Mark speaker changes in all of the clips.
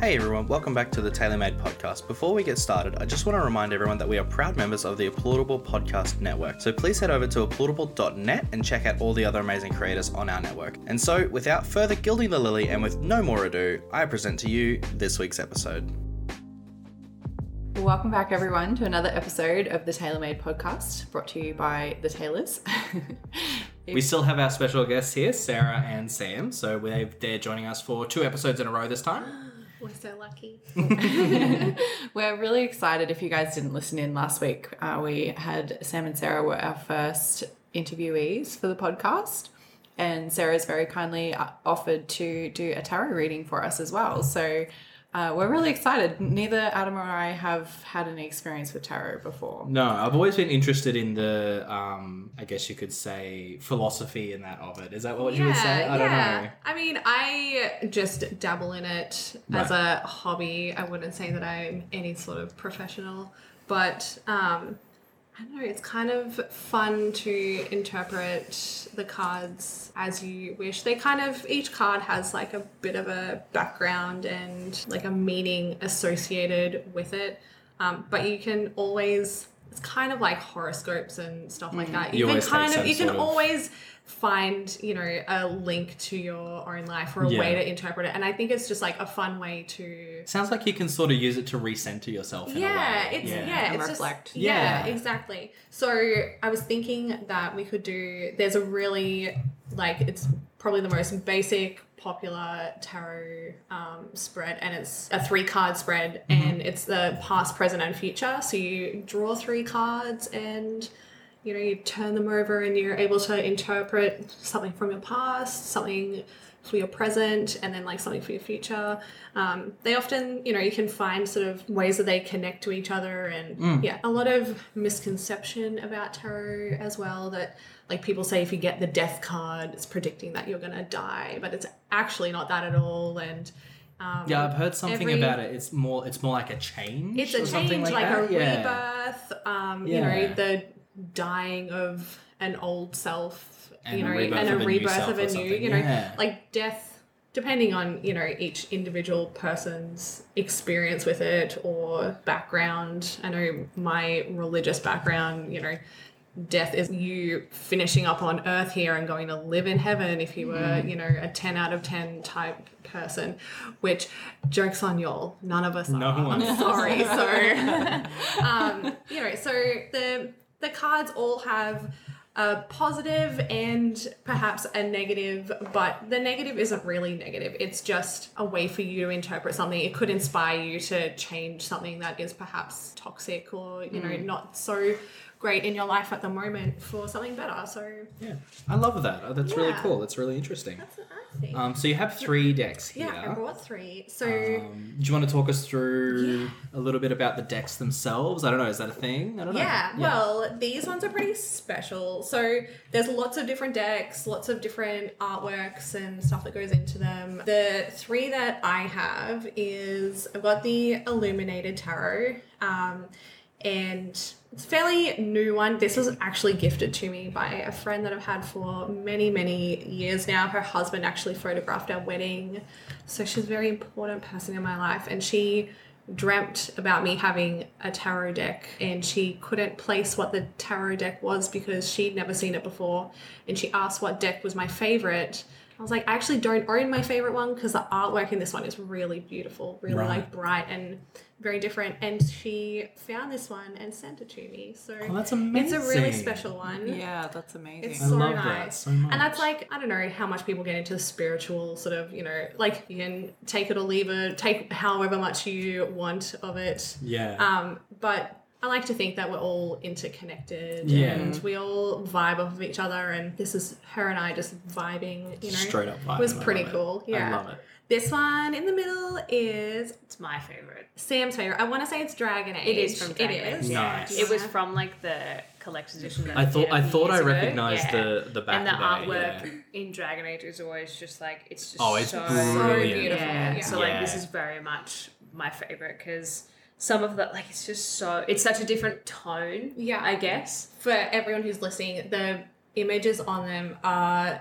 Speaker 1: Hey everyone, welcome back to the TaylorMade Podcast. Before we get started, I just want to remind everyone that we are proud members of the Applaudable Podcast Network. So please head over to applaudable.net and check out all the other amazing creators on our network. And so, without further gilding the lily and with no more ado, I present to you this week's episode.
Speaker 2: Welcome back, everyone, to another episode of the TaylorMade Podcast, brought to you by the Tailors.
Speaker 3: We still have our special guests here, Sarah and Sam. So they've- they're joining us for two episodes in a row this time.
Speaker 4: We're so lucky.
Speaker 2: We're really excited. If you guys didn't listen in last week, uh, we had Sam and Sarah were our first interviewees for the podcast, and Sarah's very kindly uh, offered to do a tarot reading for us as well. So. Uh, we're really excited. Neither Adam or I have had any experience with tarot before.
Speaker 3: No, I've always been interested in the, um, I guess you could say, philosophy and that of it. Is that what you would say? I don't know.
Speaker 4: I mean, I just dabble in it as a hobby. I wouldn't say that I'm any sort of professional, but um, I don't know. It's kind of fun to interpret the cards as you wish. They kind of each card has like a bit of a background and like a meaning associated with it, um, but you can always. It's kind of like horoscopes and stuff like that.
Speaker 3: Mm-hmm. You
Speaker 4: You, can
Speaker 3: always take
Speaker 4: kind of
Speaker 3: some
Speaker 4: you can
Speaker 3: sort of-
Speaker 4: always always find you know a link to your own life or a
Speaker 3: Yeah.
Speaker 4: way to interpret it and i think it's just like a fun way to
Speaker 3: Sounds like you can sort of use it to recenter yourself. In
Speaker 4: yeah
Speaker 3: a way.
Speaker 4: it's yeah,
Speaker 2: And
Speaker 4: it's
Speaker 2: reflect.
Speaker 4: just yeah,
Speaker 3: Yeah.
Speaker 4: exactly so i was thinking that we could do there's a really like it's probably the most basic popular tarot um, spread and it's a three card spread
Speaker 3: Mm-hmm.
Speaker 4: and it's the past present and future so you draw three cards and you know you turn them over and you're able to interpret something from your past something for your present and then like something for your future um, they often you know you can find sort of ways that they connect to each other and yeah a lot of misconception about tarot as well that like people say if you get the death card it's predicting that you're going to die but it's actually not that at all and um,
Speaker 3: Yeah, I've heard something
Speaker 4: every-
Speaker 3: about it. It's more, it's more like a change.
Speaker 4: it's a
Speaker 3: or
Speaker 4: change,
Speaker 3: something
Speaker 4: like,
Speaker 3: that.
Speaker 4: a
Speaker 3: Yeah.
Speaker 4: rebirth. Um, You
Speaker 3: Yeah.
Speaker 4: know, the dying of an old self.
Speaker 3: And
Speaker 4: you
Speaker 3: a
Speaker 4: know,
Speaker 3: rebirth
Speaker 4: and
Speaker 3: of a
Speaker 4: a
Speaker 3: new
Speaker 4: rebirth
Speaker 3: self
Speaker 4: of
Speaker 3: or
Speaker 4: a new.
Speaker 3: something,
Speaker 4: You know,
Speaker 3: yeah.
Speaker 4: like death. Depending on you know each individual person's experience with it or background. I know my religious background. You know. Death is you finishing up on earth here and going to live in heaven if you were,
Speaker 3: Mm.
Speaker 4: you know, a 10 out of 10 type person, which jokes on y'all. None of us
Speaker 3: No
Speaker 4: are.
Speaker 3: one.
Speaker 4: I'm sorry. So, um, you know, so the the cards all have a positive and perhaps a negative, but the negative isn't really negative. It's just a way for you to interpret something. It could inspire you to change something that is perhaps toxic or you know not so great in your life at the moment for something better. So
Speaker 3: Yeah. I love that. Oh, That's really
Speaker 4: Yeah.
Speaker 3: cool. That's really interesting.
Speaker 4: that's what I think.
Speaker 3: Um, so you have three decks here.
Speaker 4: yeah, I brought three. So.
Speaker 3: Um, do you want to talk us through a little bit about the decks themselves? I don't know. Is that a thing? I don't
Speaker 4: Yeah,
Speaker 3: know.
Speaker 4: well, these ones are pretty special. So there's lots of different decks, lots of different artworks and stuff that goes into them. The three that I have is I've got the Illuminated Tarot, um, and it's a fairly new one. This was actually gifted to me by a friend that I've had for many, many years now. Her husband actually photographed our wedding, so she's a very important person in my life, and she dreamt about me having a tarot deck and she couldn't place what the tarot deck was because she'd never seen it before and she asked what deck was my favorite i was like i actually don't own my favorite one because the artwork in this one is really beautiful really
Speaker 3: Right.
Speaker 4: like bright and very different and she found this one and sent it to me so
Speaker 3: Oh, that's
Speaker 4: it's a really
Speaker 3: amazing.
Speaker 4: special one
Speaker 2: Yeah, that's amazing.
Speaker 4: it's
Speaker 3: I
Speaker 4: so
Speaker 3: love
Speaker 4: nice.
Speaker 3: that so much.
Speaker 4: And that's like, I don't know how much people get into the spiritual sort of, you know, like you can take it or leave it, take however much you want of it.
Speaker 3: Yeah.
Speaker 4: Um, but I like to think that we're all interconnected
Speaker 3: Yeah.
Speaker 4: and we all vibe off of each other. And this is her and I just vibing, you know.
Speaker 3: Straight up vibe.
Speaker 4: It was
Speaker 3: and I
Speaker 4: pretty
Speaker 3: love
Speaker 4: cool.
Speaker 3: It.
Speaker 4: Yeah.
Speaker 3: I love it.
Speaker 4: This one in the middle is
Speaker 5: It's my favorite.
Speaker 4: Sam's favorite. I want to say it's Dragon Age.
Speaker 5: It is from Dragon
Speaker 4: It is.
Speaker 5: Age.
Speaker 3: Nice.
Speaker 5: It was from like the collector's edition. That
Speaker 3: Mm. I thought
Speaker 5: did a
Speaker 3: I
Speaker 5: few
Speaker 3: thought I
Speaker 5: years ago.
Speaker 3: recognized
Speaker 5: Yeah.
Speaker 3: the the back
Speaker 5: and the
Speaker 3: there,
Speaker 5: artwork
Speaker 3: yeah.
Speaker 5: in Dragon Age is always just like it's just
Speaker 3: Oh, it's
Speaker 5: so
Speaker 3: brilliant.
Speaker 4: So beautiful.
Speaker 5: Yeah.
Speaker 4: Yeah.
Speaker 5: So like this
Speaker 3: Yeah.
Speaker 5: is very much my favorite because some of the like it's just so it's such a different tone.
Speaker 4: Yeah.
Speaker 5: I guess.
Speaker 4: for everyone who's listening, the images on them are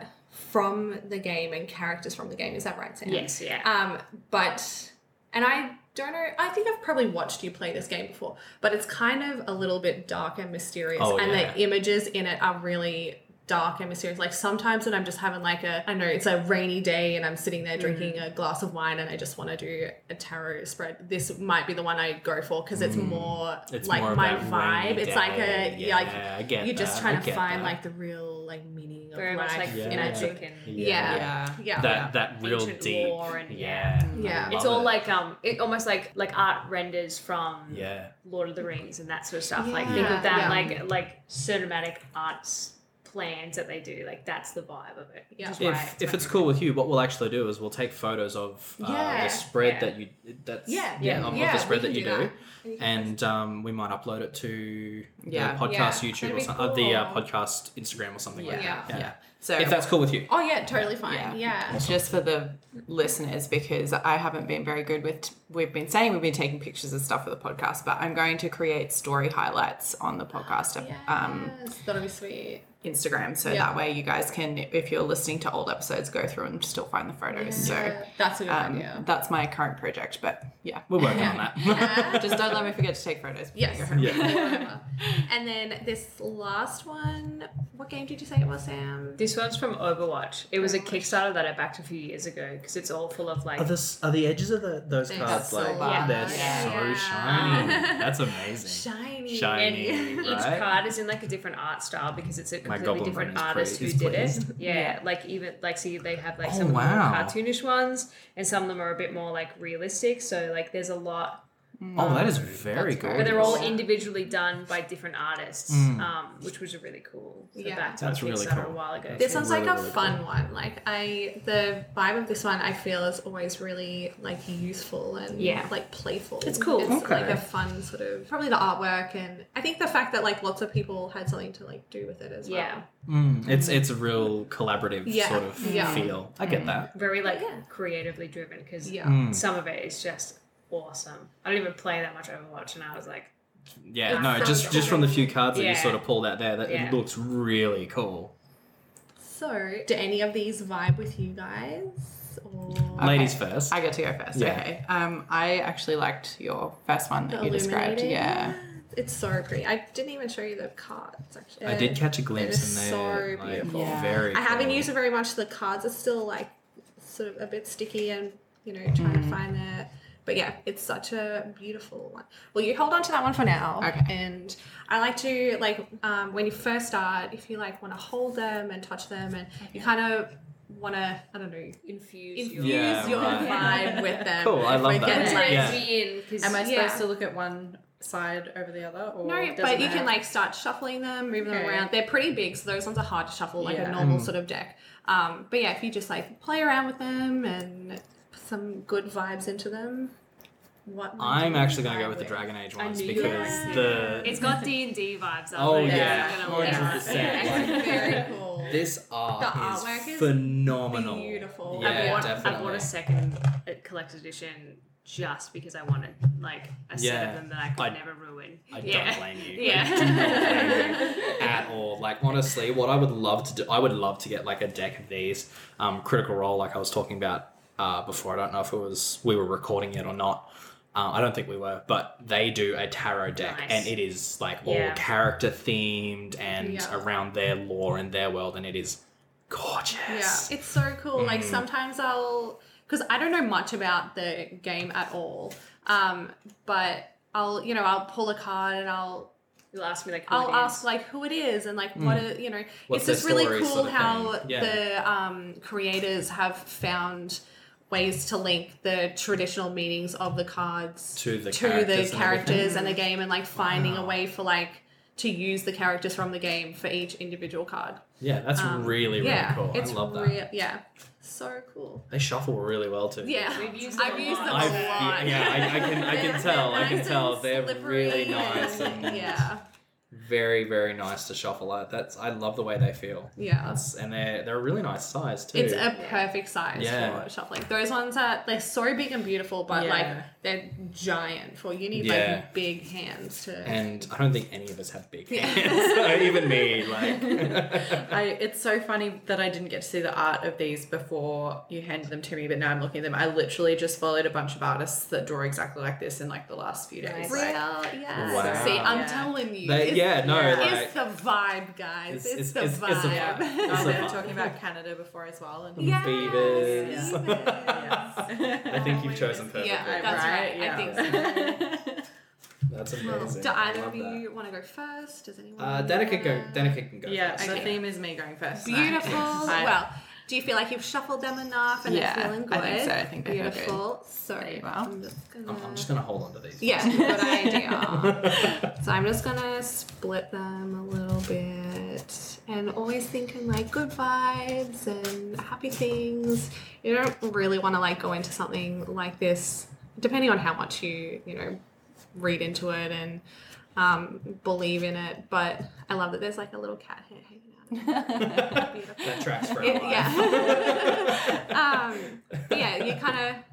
Speaker 4: from the game and characters from the game. Is that right, Sam?
Speaker 5: Yes. Yeah.
Speaker 4: Um, but And I don't know, I think I've probably watched you play this game before, but it's kind of a little bit dark and mysterious.
Speaker 3: Oh,
Speaker 4: and
Speaker 3: yeah.
Speaker 4: the images in it are really dark and mysterious. Like sometimes when I'm just having like a, I know it's a rainy day and I'm sitting there drinking
Speaker 5: Mm-hmm.
Speaker 4: a glass of wine and I just want to do a tarot spread. This might be the one I go for because it's more
Speaker 3: Mm. It's
Speaker 4: like
Speaker 3: more
Speaker 4: my
Speaker 3: about
Speaker 4: vibe.
Speaker 3: rainy
Speaker 4: It's like a,
Speaker 3: day.
Speaker 4: like
Speaker 3: Yeah, I get
Speaker 4: you're just
Speaker 3: that.
Speaker 4: trying
Speaker 3: I
Speaker 4: to
Speaker 3: get
Speaker 4: find
Speaker 3: that.
Speaker 4: like the real like meaning of
Speaker 5: Very much
Speaker 4: life
Speaker 5: like
Speaker 3: Yeah.
Speaker 4: in
Speaker 5: fanatic
Speaker 4: a,
Speaker 5: and
Speaker 4: Yeah.
Speaker 2: Yeah.
Speaker 4: yeah.
Speaker 3: That that real
Speaker 5: Ancient
Speaker 3: deep.
Speaker 5: lore and-
Speaker 3: yeah.
Speaker 4: Yeah.
Speaker 3: I
Speaker 5: it's
Speaker 3: love
Speaker 5: all
Speaker 3: it.
Speaker 5: like um, it almost like like art renders from
Speaker 3: Yeah.
Speaker 5: Lord of the Rings and that sort of stuff. Like think
Speaker 4: Yeah.
Speaker 5: of that
Speaker 4: Yeah.
Speaker 5: like like cinematic arts plans that they do. Like that's the vibe of it. which
Speaker 4: Yeah.
Speaker 5: is why
Speaker 3: If, if
Speaker 5: my
Speaker 3: it's cool with you, what we'll actually do is we'll take photos of uh,
Speaker 4: Yeah.
Speaker 3: the spread
Speaker 5: Yeah.
Speaker 3: that you that's
Speaker 4: Yeah.
Speaker 5: Yeah.
Speaker 3: of- of
Speaker 4: Yeah,
Speaker 3: the
Speaker 4: we
Speaker 3: spread
Speaker 4: can
Speaker 3: that you
Speaker 4: do
Speaker 3: do,
Speaker 4: that. We can-
Speaker 3: and um, we might upload it to
Speaker 2: Yeah.
Speaker 3: the podcast
Speaker 4: Yeah.
Speaker 3: YouTube
Speaker 4: That'd
Speaker 3: or
Speaker 4: be
Speaker 3: some, uh, the uh,
Speaker 4: cool.
Speaker 3: podcast Instagram or something like
Speaker 2: Yeah.
Speaker 3: that.
Speaker 2: Yeah.
Speaker 3: Yeah.
Speaker 2: So
Speaker 3: If that's cool with you.
Speaker 4: Oh yeah, totally fine.
Speaker 2: Yeah.
Speaker 4: Yeah.
Speaker 2: just for the listeners because I haven't been very good with we've been saying we've been taking pictures of stuff for the podcast, but I'm going to create story highlights on the podcast um,
Speaker 4: Yes, that'll be sweet.
Speaker 2: Instagram so
Speaker 4: Yeah.
Speaker 2: that way you guys can if you're listening to old episodes go through and still find the photos.
Speaker 4: Yeah, that's a good
Speaker 2: So um,
Speaker 4: idea.
Speaker 2: that's my current project, but yeah.
Speaker 3: We're working on that.
Speaker 2: Just don't let me forget to take photos. before I
Speaker 4: Yes.
Speaker 2: go home.
Speaker 4: Yeah. and then this last one. What game did you say it was,
Speaker 3: Uh,
Speaker 4: Sam?
Speaker 5: This one's from Overwatch. It was a Kickstarter that I backed a few years ago because it's all full of like.
Speaker 3: Are, this, are the edges of the, those
Speaker 4: They're
Speaker 3: cards
Speaker 2: so
Speaker 3: like
Speaker 2: large.
Speaker 3: they're
Speaker 4: Yeah.
Speaker 3: so shiny? That's amazing.
Speaker 4: Shiny.
Speaker 5: and
Speaker 3: Shiny.
Speaker 5: each
Speaker 3: right?
Speaker 5: card is in like a different art style because it's a
Speaker 3: My
Speaker 5: completely
Speaker 3: goblin
Speaker 5: different
Speaker 3: brain is
Speaker 5: artist
Speaker 3: pretty-
Speaker 5: who did
Speaker 3: is
Speaker 5: it. Yeah, like even like see they have like
Speaker 3: Oh,
Speaker 5: some of
Speaker 3: wow.
Speaker 5: the more cartoonish ones, and some of them are a bit more like realistic. So like there's a lot
Speaker 3: Oh, that is very
Speaker 2: That's
Speaker 3: good.
Speaker 5: But they're all
Speaker 4: Gorgeous.
Speaker 5: individually done by different artists,
Speaker 3: Mm.
Speaker 5: um, which was really cool. So
Speaker 4: Yeah.
Speaker 5: that's
Speaker 3: That's
Speaker 5: on
Speaker 3: really
Speaker 5: Kickstarter
Speaker 3: cool.
Speaker 5: a while ago.
Speaker 4: This sounds
Speaker 3: really,
Speaker 4: like a
Speaker 3: really
Speaker 4: fun one. Like I, the vibe of this one, I feel is always really like youthful and
Speaker 5: Yeah.
Speaker 4: like playful.
Speaker 5: It's cool.
Speaker 4: It's
Speaker 3: Okay.
Speaker 4: like a fun sort of probably the artwork and I think the fact that like lots of people had something to like do with it as well.
Speaker 5: yeah,
Speaker 3: Mm, it's it's a real collaborative
Speaker 4: Yeah.
Speaker 3: sort of
Speaker 4: Yeah.
Speaker 3: feel. I get that.
Speaker 5: very like
Speaker 4: Yeah.
Speaker 5: creatively driven because
Speaker 4: Yeah.
Speaker 3: Mm,
Speaker 5: some of it is just awesome. I don't even play that much Overwatch, and I was like,
Speaker 3: yeah,
Speaker 4: That
Speaker 3: no,
Speaker 4: sounds
Speaker 3: just just from the few cards that
Speaker 5: Yeah.
Speaker 3: you sort of pulled out there, that
Speaker 5: Yeah.
Speaker 3: it looks really cool.
Speaker 4: So, do any of these vibe with you guys? Or
Speaker 3: Ladies first.
Speaker 2: I get to go first.
Speaker 3: Yeah.
Speaker 2: Okay. Um, I actually liked your first one that
Speaker 4: The
Speaker 2: you described.
Speaker 4: illuminating?
Speaker 2: Yeah.
Speaker 4: It's so pretty. I didn't even show you the cards actually.
Speaker 3: I did catch a glimpse
Speaker 4: is
Speaker 3: in there.
Speaker 4: so
Speaker 3: like,
Speaker 4: beautiful.
Speaker 2: Yeah.
Speaker 3: Very.
Speaker 4: I haven't
Speaker 3: cool.
Speaker 4: used it very much. The cards are still like sort of a bit sticky and you know trying to find their. But yeah, it's such a beautiful one. Well, you hold on to that one for now.
Speaker 2: Okay.
Speaker 4: And I like to like um, when you first start, if you like want to hold them and touch them, and you kind of want to I don't know
Speaker 5: infuse,
Speaker 4: infuse
Speaker 5: your
Speaker 3: Yeah,
Speaker 4: your
Speaker 3: right.
Speaker 4: vibe with them.
Speaker 3: Cool, I
Speaker 4: If
Speaker 3: love
Speaker 4: we're
Speaker 3: that.
Speaker 5: Get
Speaker 4: getting,
Speaker 5: the
Speaker 4: like,
Speaker 3: Yeah.
Speaker 5: energy in 'cause-
Speaker 2: Am I supposed
Speaker 4: Yeah.
Speaker 2: to look at one side over the other? Or
Speaker 4: No,
Speaker 2: doesn't
Speaker 4: but you can
Speaker 2: matter?
Speaker 4: like start shuffling them, moving them
Speaker 2: Okay.
Speaker 4: around. They're pretty big, so those ones are hard to shuffle like
Speaker 2: Yeah.
Speaker 4: a normal
Speaker 3: Mm.
Speaker 4: sort of deck. Um, but yeah, if you just like play around with them and put some good vibes into them, what?
Speaker 3: I'm actually going to go
Speaker 4: vibe
Speaker 3: with the Dragon Age ones
Speaker 5: knew you were
Speaker 3: because
Speaker 5: gonna
Speaker 3: the
Speaker 5: It's got D and D vibes. I'm
Speaker 3: Oh,
Speaker 5: like,
Speaker 3: yeah.
Speaker 5: I'm gonna love that.
Speaker 3: 100%.
Speaker 5: Yeah.
Speaker 4: It's very cool.
Speaker 3: this
Speaker 4: The
Speaker 3: art
Speaker 4: artwork
Speaker 3: is
Speaker 4: is
Speaker 3: phenomenal.
Speaker 4: beautiful.
Speaker 3: Yeah,
Speaker 5: I, bought, I
Speaker 3: definitely.
Speaker 5: bought a second uh, collector's edition just because I wanted like a set
Speaker 3: Yeah.
Speaker 5: of them that I could
Speaker 3: I-
Speaker 5: never ruin.
Speaker 3: I
Speaker 5: yeah.
Speaker 3: don't blame you.
Speaker 5: Yeah.
Speaker 3: I do not blame you at all. Like honestly, what I would love to do, I would love to get like a deck of these. Um, Critical Role, like I was talking about uh, before. I don't know if it was we were recording it or not. Um, I don't think we were, but they do a tarot deck,
Speaker 5: Nice.
Speaker 3: and it is like all
Speaker 5: Yeah.
Speaker 3: character themed and
Speaker 4: Yeah.
Speaker 3: around their lore and their world, and it is
Speaker 4: Yeah,
Speaker 3: gorgeous.
Speaker 4: it's so cool. Like
Speaker 3: Mm.
Speaker 4: sometimes I'll, because I don't know much about the game at all, um, but I'll, you know, I'll pull a card and I'll
Speaker 5: You'll ask me like, who
Speaker 4: I'll
Speaker 5: it is.
Speaker 4: ask like who it is and like what are, you know.
Speaker 3: Hmm. What's
Speaker 4: it's just
Speaker 3: their
Speaker 4: really
Speaker 3: story
Speaker 4: cool
Speaker 3: sort of
Speaker 4: how
Speaker 3: thing. Yeah.
Speaker 4: the um, creators have found ways to link the traditional meanings of the cards
Speaker 3: To the
Speaker 4: the
Speaker 3: characters and
Speaker 4: characters
Speaker 3: everything.
Speaker 4: and the game, and like finding a
Speaker 3: Wow.
Speaker 4: way for like to use the characters from the game for each individual card.
Speaker 3: Yeah, that's
Speaker 4: Um,
Speaker 3: really really
Speaker 4: yeah,
Speaker 3: cool.
Speaker 4: It's
Speaker 3: I love that.
Speaker 4: rea- yeah, so cool.
Speaker 3: They shuffle really well too.
Speaker 4: Yeah,
Speaker 5: We've used
Speaker 4: I've
Speaker 5: them a
Speaker 4: used them a lot.
Speaker 5: lot.
Speaker 3: I've, yeah, yeah, I, I can, I
Speaker 4: They're-
Speaker 3: can tell,
Speaker 4: they're
Speaker 3: I can
Speaker 4: nice
Speaker 3: tell,
Speaker 4: and
Speaker 3: they're
Speaker 4: slippery
Speaker 3: really nice.
Speaker 4: and-
Speaker 3: And
Speaker 4: yeah,
Speaker 3: very very nice to shuffle at. That's I love the way they feel.
Speaker 4: Yeah.
Speaker 3: That's, and they're they're a really nice size too.
Speaker 4: It's a perfect size
Speaker 3: Yeah.
Speaker 4: for shuffling. Those ones are they're so big and beautiful, but
Speaker 2: Yeah.
Speaker 4: like they're giant. For you need
Speaker 3: Yeah.
Speaker 4: like big hands to.
Speaker 3: and I don't think any of us have big
Speaker 4: Yeah.
Speaker 3: hands. so even me, like
Speaker 2: I, it's so funny that I didn't get to see the art of these before you handed them to me, but now I'm looking at them. I literally just followed a bunch of artists that draw exactly like this in like the last few days.
Speaker 5: Nice.
Speaker 4: Real,
Speaker 2: Like,
Speaker 4: yes.
Speaker 3: Wow.
Speaker 4: See, I'm
Speaker 2: Yeah.
Speaker 4: telling you,
Speaker 3: They-
Speaker 4: it's,
Speaker 3: yeah, no,
Speaker 2: yeah.
Speaker 3: like
Speaker 4: it's the vibe, guys. It's,
Speaker 3: It's-
Speaker 4: the
Speaker 3: it's-
Speaker 4: vibe.
Speaker 3: it's- it's a
Speaker 2: yeah.
Speaker 3: vibe.
Speaker 2: Oh,
Speaker 3: It's
Speaker 2: they
Speaker 3: a
Speaker 2: were
Speaker 3: vibe.
Speaker 2: talking about Canada before as well. And
Speaker 4: Yes,
Speaker 3: Beavers.
Speaker 4: beavers.
Speaker 3: I think you've chosen perfectly.
Speaker 4: Yeah,
Speaker 2: Right,
Speaker 4: that's right.
Speaker 2: yeah.
Speaker 4: I think so.
Speaker 3: That's amazing.
Speaker 4: Do
Speaker 3: I
Speaker 4: either
Speaker 3: love
Speaker 4: of
Speaker 3: that.
Speaker 4: you want to go first? Does anyone?
Speaker 3: Uh, Danica, go.
Speaker 4: wanna-
Speaker 3: Danica can go.
Speaker 2: yeah,
Speaker 3: first.
Speaker 2: the
Speaker 4: Okay.
Speaker 2: theme is me going first. tonight.
Speaker 4: Beautiful.
Speaker 2: I-
Speaker 4: well, do you feel like you've shuffled them enough and
Speaker 2: Yeah,
Speaker 4: they're feeling good?
Speaker 2: I think so. I think they feel good.
Speaker 4: Beautiful. So
Speaker 2: There you are.
Speaker 4: I'm just gonna.
Speaker 3: Oh, I'm, I'm just gonna hold on to these.
Speaker 4: Yeah, good idea. so I'm just gonna split them a little bit and always thinking like good vibes and happy things. You don't really wanna like go into something like this, depending on how much you, you know, read into it and um, believe in it. But I love that there's like a little cat hair hanging out. Beautiful.
Speaker 3: that tracks for our
Speaker 4: It-
Speaker 3: life.
Speaker 4: yeah. um, but yeah, you kind of.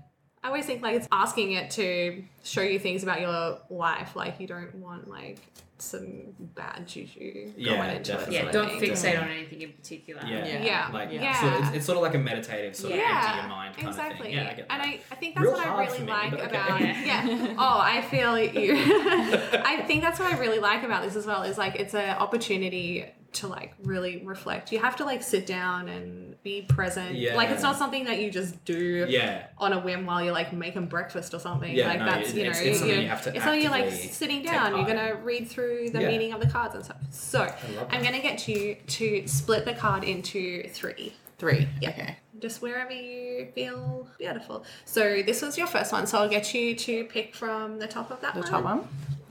Speaker 4: I always think like it's asking it to show you things about your life. Like you don't want like some bad juju
Speaker 3: Yeah,
Speaker 4: going into
Speaker 3: definitely.
Speaker 5: yeah,
Speaker 4: it. sort of
Speaker 5: don't
Speaker 4: thing.
Speaker 5: fixate on anything in particular.
Speaker 3: Yeah.
Speaker 2: Yeah.
Speaker 4: uh, Yeah.
Speaker 3: Like,
Speaker 4: Yeah.
Speaker 3: So it's, it's sort of like a meditative sort of empty
Speaker 4: yeah,
Speaker 3: your mind kind
Speaker 4: exactly.
Speaker 3: of thing. Yeah, I get that.
Speaker 4: And I, I think that's
Speaker 3: Real
Speaker 4: what I
Speaker 3: hard for
Speaker 4: really
Speaker 3: me,
Speaker 4: like
Speaker 3: but okay.
Speaker 4: about
Speaker 5: Yeah.
Speaker 4: yeah. Oh, I feel you. I think that's what I really like about this as well is like it's an opportunity to like really reflect. You have to like sit down and be present.
Speaker 3: Yeah.
Speaker 4: Like it's not something that you just do
Speaker 3: yeah,
Speaker 4: on a whim while you're like making breakfast or something.
Speaker 3: Yeah,
Speaker 4: like
Speaker 3: no,
Speaker 4: that's
Speaker 3: it-
Speaker 4: you know,
Speaker 3: it's- it's something
Speaker 4: you-
Speaker 3: you have to
Speaker 4: it's something you're like
Speaker 3: actively
Speaker 4: sitting
Speaker 3: take
Speaker 4: down. You're
Speaker 3: part
Speaker 4: gonna read through the
Speaker 3: Yeah.
Speaker 4: meaning of the cards and stuff. So
Speaker 3: love
Speaker 4: I'm gonna get you to split the card into three.
Speaker 2: Three.
Speaker 4: Yeah.
Speaker 2: Okay.
Speaker 4: Just wherever you feel beautiful. So this was your first one, so I'll get you to pick from the top of that
Speaker 2: The
Speaker 4: one.
Speaker 2: top one.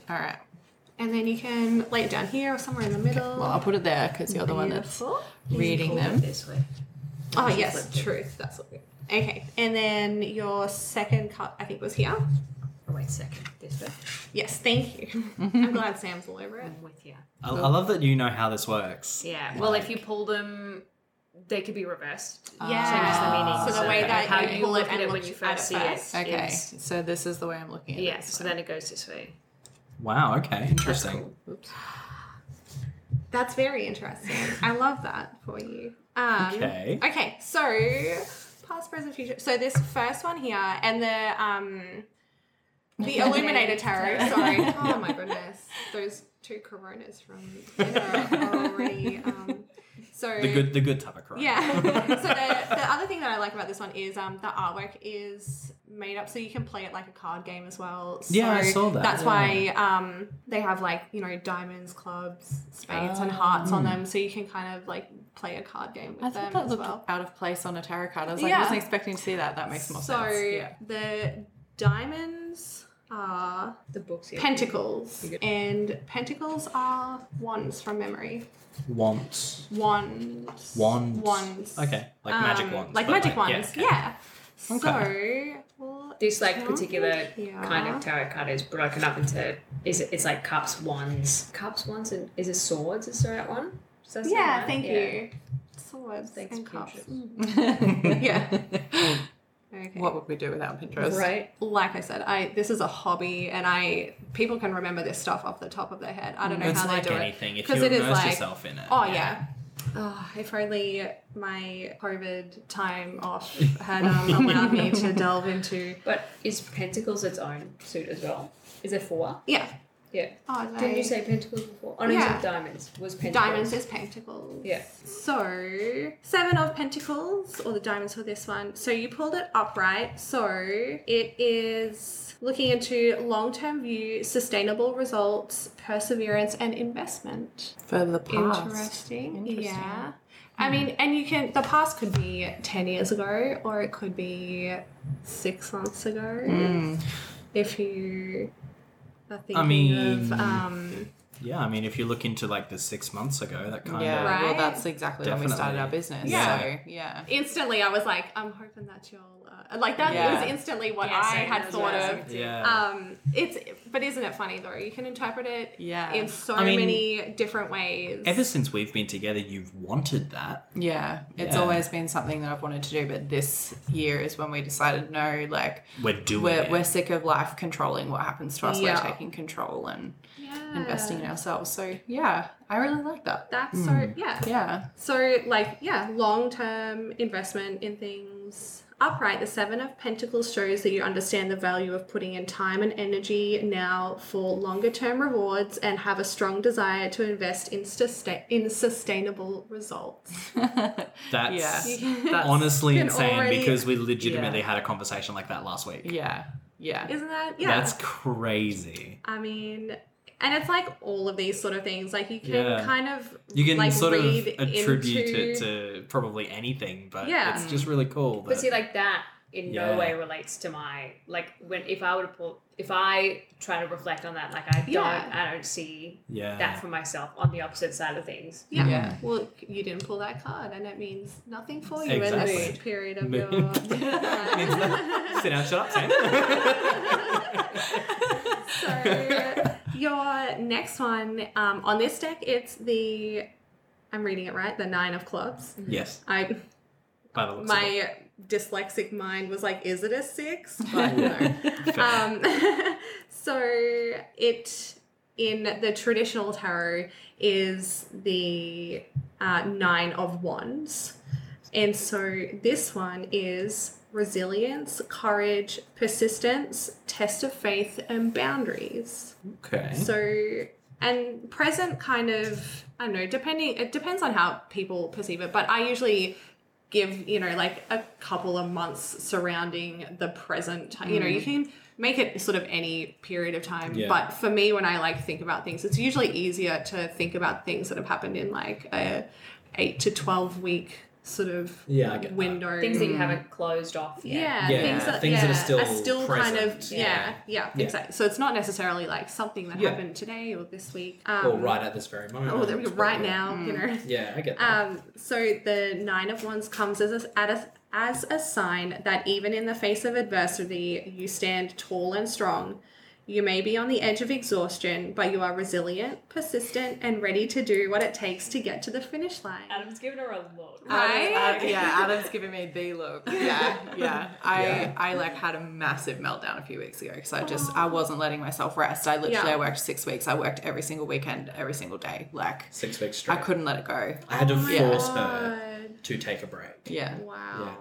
Speaker 2: All right.
Speaker 4: And then you can lay it down here or somewhere in the middle.
Speaker 2: Well, I'll put it there because you're the one that's
Speaker 4: Beautiful.
Speaker 2: reading
Speaker 5: Hold it
Speaker 2: them.
Speaker 5: this way.
Speaker 4: Oh
Speaker 5: Just
Speaker 4: yes,
Speaker 5: flipped it.
Speaker 4: truth. That's what we Okay. And then your second card I think was here.
Speaker 5: Oh, wait a second. This way.
Speaker 4: Yes, thank you. I'm glad Sam's all over it.
Speaker 5: I'm with you.
Speaker 3: I, I love that you know how this works.
Speaker 5: Yeah. Well, if you pull them, they could be reversed.
Speaker 4: Yeah.
Speaker 5: So it's the meaning.
Speaker 4: So the way
Speaker 5: So
Speaker 4: that
Speaker 5: how
Speaker 4: you
Speaker 5: you
Speaker 4: pull
Speaker 5: look
Speaker 4: it
Speaker 5: at
Speaker 4: and
Speaker 5: it
Speaker 4: look
Speaker 5: when you
Speaker 4: at
Speaker 5: first
Speaker 4: it
Speaker 5: see it.
Speaker 4: first.
Speaker 2: Okay.
Speaker 5: is-
Speaker 2: So this is the way I'm looking at.
Speaker 5: Yeah.
Speaker 2: this
Speaker 5: So
Speaker 2: one.
Speaker 5: then it goes this way.
Speaker 3: Wow. Okay. Interesting.
Speaker 2: Oops.
Speaker 4: That's very interesting. I love that for you. Um,
Speaker 3: Okay.
Speaker 4: Okay. So past, present, future. So this first one here and the um the Illuminator Tarot. Sorry. Oh my goodness. Those two coronas from Inner are already. Um, so
Speaker 3: The good, the good type of crime.
Speaker 4: Yeah. so the, the other thing that I like about this one is um, the artwork is made up so you can play it like a card game as well. So
Speaker 3: Yeah, I saw that,
Speaker 4: That's
Speaker 3: yeah.
Speaker 4: why um, they have like, you know, diamonds, clubs, spades, and hearts on them so you can kind of like play a card game with
Speaker 2: I thought
Speaker 4: them
Speaker 2: that
Speaker 4: as
Speaker 2: looked
Speaker 4: well.
Speaker 2: out of place on a tarot card. I was like,
Speaker 4: Yeah.
Speaker 2: I wasn't expecting to see that. That makes more
Speaker 4: So
Speaker 2: sense.
Speaker 4: the diamonds are
Speaker 5: The books. Here.
Speaker 4: pentacles and pentacles are wands from memory.
Speaker 3: Wants.
Speaker 4: Wands.
Speaker 3: Wands.
Speaker 4: Wands.
Speaker 3: Okay. Like
Speaker 4: Um,
Speaker 3: magic wands.
Speaker 4: Like
Speaker 3: but
Speaker 4: magic
Speaker 3: like-
Speaker 4: wands,
Speaker 3: okay.
Speaker 4: yeah. So
Speaker 5: This like
Speaker 4: Yeah.
Speaker 5: particular
Speaker 4: Yeah.
Speaker 5: kind of tarot card is broken up into is it, it's like cups, wands, cups, wands, and is it swords? Is the right one? Does that sound
Speaker 4: Yeah,
Speaker 5: right?
Speaker 4: thank
Speaker 5: Yeah.
Speaker 4: you. Swords
Speaker 5: Thanks,
Speaker 4: and cups.
Speaker 5: Pinterest.
Speaker 2: yeah.
Speaker 4: Okay.
Speaker 2: what would we do without Pinterest?
Speaker 5: Right.
Speaker 4: like I said, I this is a hobby, and I people can remember this stuff off the top of their head. I don't know
Speaker 3: It's
Speaker 4: how
Speaker 3: like
Speaker 4: they do it.
Speaker 3: anything. If
Speaker 4: 'Cause
Speaker 3: you
Speaker 4: it is
Speaker 3: immerse
Speaker 4: like-
Speaker 3: yourself in it.
Speaker 4: Oh yeah. Oh, if only my COVID time off had um, allowed me to delve into.
Speaker 5: But is pentacles its own suit as well? Is there four?
Speaker 4: Yeah.
Speaker 5: Yeah.
Speaker 4: Oh no.
Speaker 5: Didn't you say pentacles before? Oh, no, you
Speaker 4: Yeah.
Speaker 5: said diamonds. Was pentacles.
Speaker 4: Diamonds is pentacles.
Speaker 5: Yeah.
Speaker 4: So seven of pentacles, or the diamonds for this one. So you pulled it upright. So it is looking into long-term view, sustainable results, perseverance, and investment.
Speaker 2: For the past.
Speaker 4: Interesting.
Speaker 2: Interesting.
Speaker 4: Yeah. I mean, and you can the past could be ten years ago, or it could be six months ago.
Speaker 2: Hmm.
Speaker 4: If you are thinking
Speaker 3: mean-
Speaker 4: of um,
Speaker 3: yeah, I mean, if you look into like the six months ago, that kind
Speaker 2: Yeah,
Speaker 3: of.
Speaker 4: Right.
Speaker 2: well, that's exactly when we started our
Speaker 3: Definitely.
Speaker 2: business.
Speaker 4: Yeah.
Speaker 2: So, yeah.
Speaker 4: Instantly, I was like, I'm hoping that you'll uh, like that
Speaker 2: Yeah.
Speaker 4: was instantly what
Speaker 5: Yeah,
Speaker 4: I
Speaker 5: same,
Speaker 4: had
Speaker 5: that's
Speaker 4: thought
Speaker 5: what I was
Speaker 4: of.
Speaker 5: thinking.
Speaker 3: Yeah.
Speaker 4: Um, it's but isn't it funny though? You can interpret it
Speaker 2: Yeah.
Speaker 4: in so
Speaker 3: I mean,
Speaker 4: many different ways.
Speaker 3: Ever since we've been together, you've wanted that.
Speaker 2: yeah. It's
Speaker 3: Yeah.
Speaker 2: always been something that I've wanted to do, but this year is when we decided no, like,
Speaker 3: We're doing
Speaker 2: we're,
Speaker 3: it.
Speaker 2: we're sick of life controlling what happens to us.
Speaker 4: Yeah.
Speaker 2: We're taking control and
Speaker 4: yeah.
Speaker 2: investing in ourselves. So, yeah, I really like that.
Speaker 4: That's so yeah.
Speaker 2: Yeah.
Speaker 4: So like yeah, long term investment in things. Upright, the Seven of Pentacles shows that you understand the value of putting in time and energy now for longer term rewards and have a strong desire to invest in, sustain- in sustainable results.
Speaker 3: That's
Speaker 2: Yeah.
Speaker 3: honestly
Speaker 4: can
Speaker 3: insane
Speaker 4: already-
Speaker 3: because we legitimately had a conversation like that last week.
Speaker 2: Yeah. Yeah.
Speaker 4: Isn't that? Yeah.
Speaker 3: That's crazy.
Speaker 4: I mean, and it's like all of these sort of things. Like you can
Speaker 3: Yeah.
Speaker 4: kind of
Speaker 3: You can
Speaker 4: like
Speaker 3: sort of
Speaker 4: read
Speaker 3: attribute
Speaker 4: into,
Speaker 3: it to probably anything, but
Speaker 4: Yeah.
Speaker 3: it's just really cool.
Speaker 5: But
Speaker 3: that-
Speaker 5: see, like that in
Speaker 3: Yeah.
Speaker 5: no way relates to my like when if I were to pull if I try to reflect on that, like I don't
Speaker 4: Yeah.
Speaker 5: I don't see
Speaker 3: yeah.
Speaker 5: that for myself on the opposite side of things.
Speaker 4: Yeah.
Speaker 2: Yeah.
Speaker 4: Well, you didn't pull that card, and it means nothing for you in
Speaker 3: Exactly.
Speaker 4: this period of
Speaker 3: Mood.
Speaker 4: your.
Speaker 3: Means
Speaker 4: life.
Speaker 3: Sit down, shut up, Sam.
Speaker 4: so your next one um, on this deck, it's the. I'm reading it right. The nine of clubs.
Speaker 3: yes,
Speaker 4: I
Speaker 3: by the looks of it.
Speaker 4: my dyslexic mind was like, is it a six? But no.
Speaker 3: Fair.
Speaker 4: um, so it in the traditional tarot is the uh, nine of wands and so this one is resilience courage persistence test of faith and boundaries
Speaker 3: okay.
Speaker 4: so and present kind of i don't know depending it depends on how people perceive it but i usually give you know like a couple of months surrounding the present time you know you can make it sort of any period of time
Speaker 3: Mm-hmm. Yeah.
Speaker 4: but for me when i like think about things it's usually easier to think about things that have happened in like a 8 to 12 week sort of
Speaker 3: Yeah, I get that.
Speaker 4: window
Speaker 5: Things that you haven't closed off yet.
Speaker 4: Mm. yeah,
Speaker 3: Yeah,
Speaker 4: things that,
Speaker 3: things
Speaker 4: yeah,
Speaker 3: that are still
Speaker 4: kind of
Speaker 3: present.
Speaker 4: yeah, yeah,
Speaker 3: Yeah.
Speaker 4: exactly. So it's not necessarily like something that
Speaker 3: Yeah.
Speaker 4: happened today or this week. Um,
Speaker 3: or right at this very moment.
Speaker 4: oh, there we go, right now, you know.
Speaker 3: Yeah, I get that.
Speaker 4: Um, so the nine of wands comes as a, at a- as a sign that even in the face of adversity, you stand tall and strong. You may be on the edge of exhaustion, but you are resilient, persistent, and ready to do what it takes to get to the finish line.
Speaker 5: Adam's giving her a look.
Speaker 4: Right?
Speaker 2: Adam- yeah, Adam's giving me the look. Yeah, yeah. I
Speaker 3: Yeah.
Speaker 2: I like had a massive meltdown a few weeks ago because I just I wasn't letting myself rest. I literally
Speaker 4: Yeah.
Speaker 2: I worked six weeks. I worked every single weekend, every single day. Like
Speaker 3: Six weeks straight.
Speaker 2: I couldn't let it go.
Speaker 3: I had to
Speaker 4: Oh my
Speaker 3: force her
Speaker 4: God.
Speaker 3: to take a break.
Speaker 2: Yeah,
Speaker 4: Wow.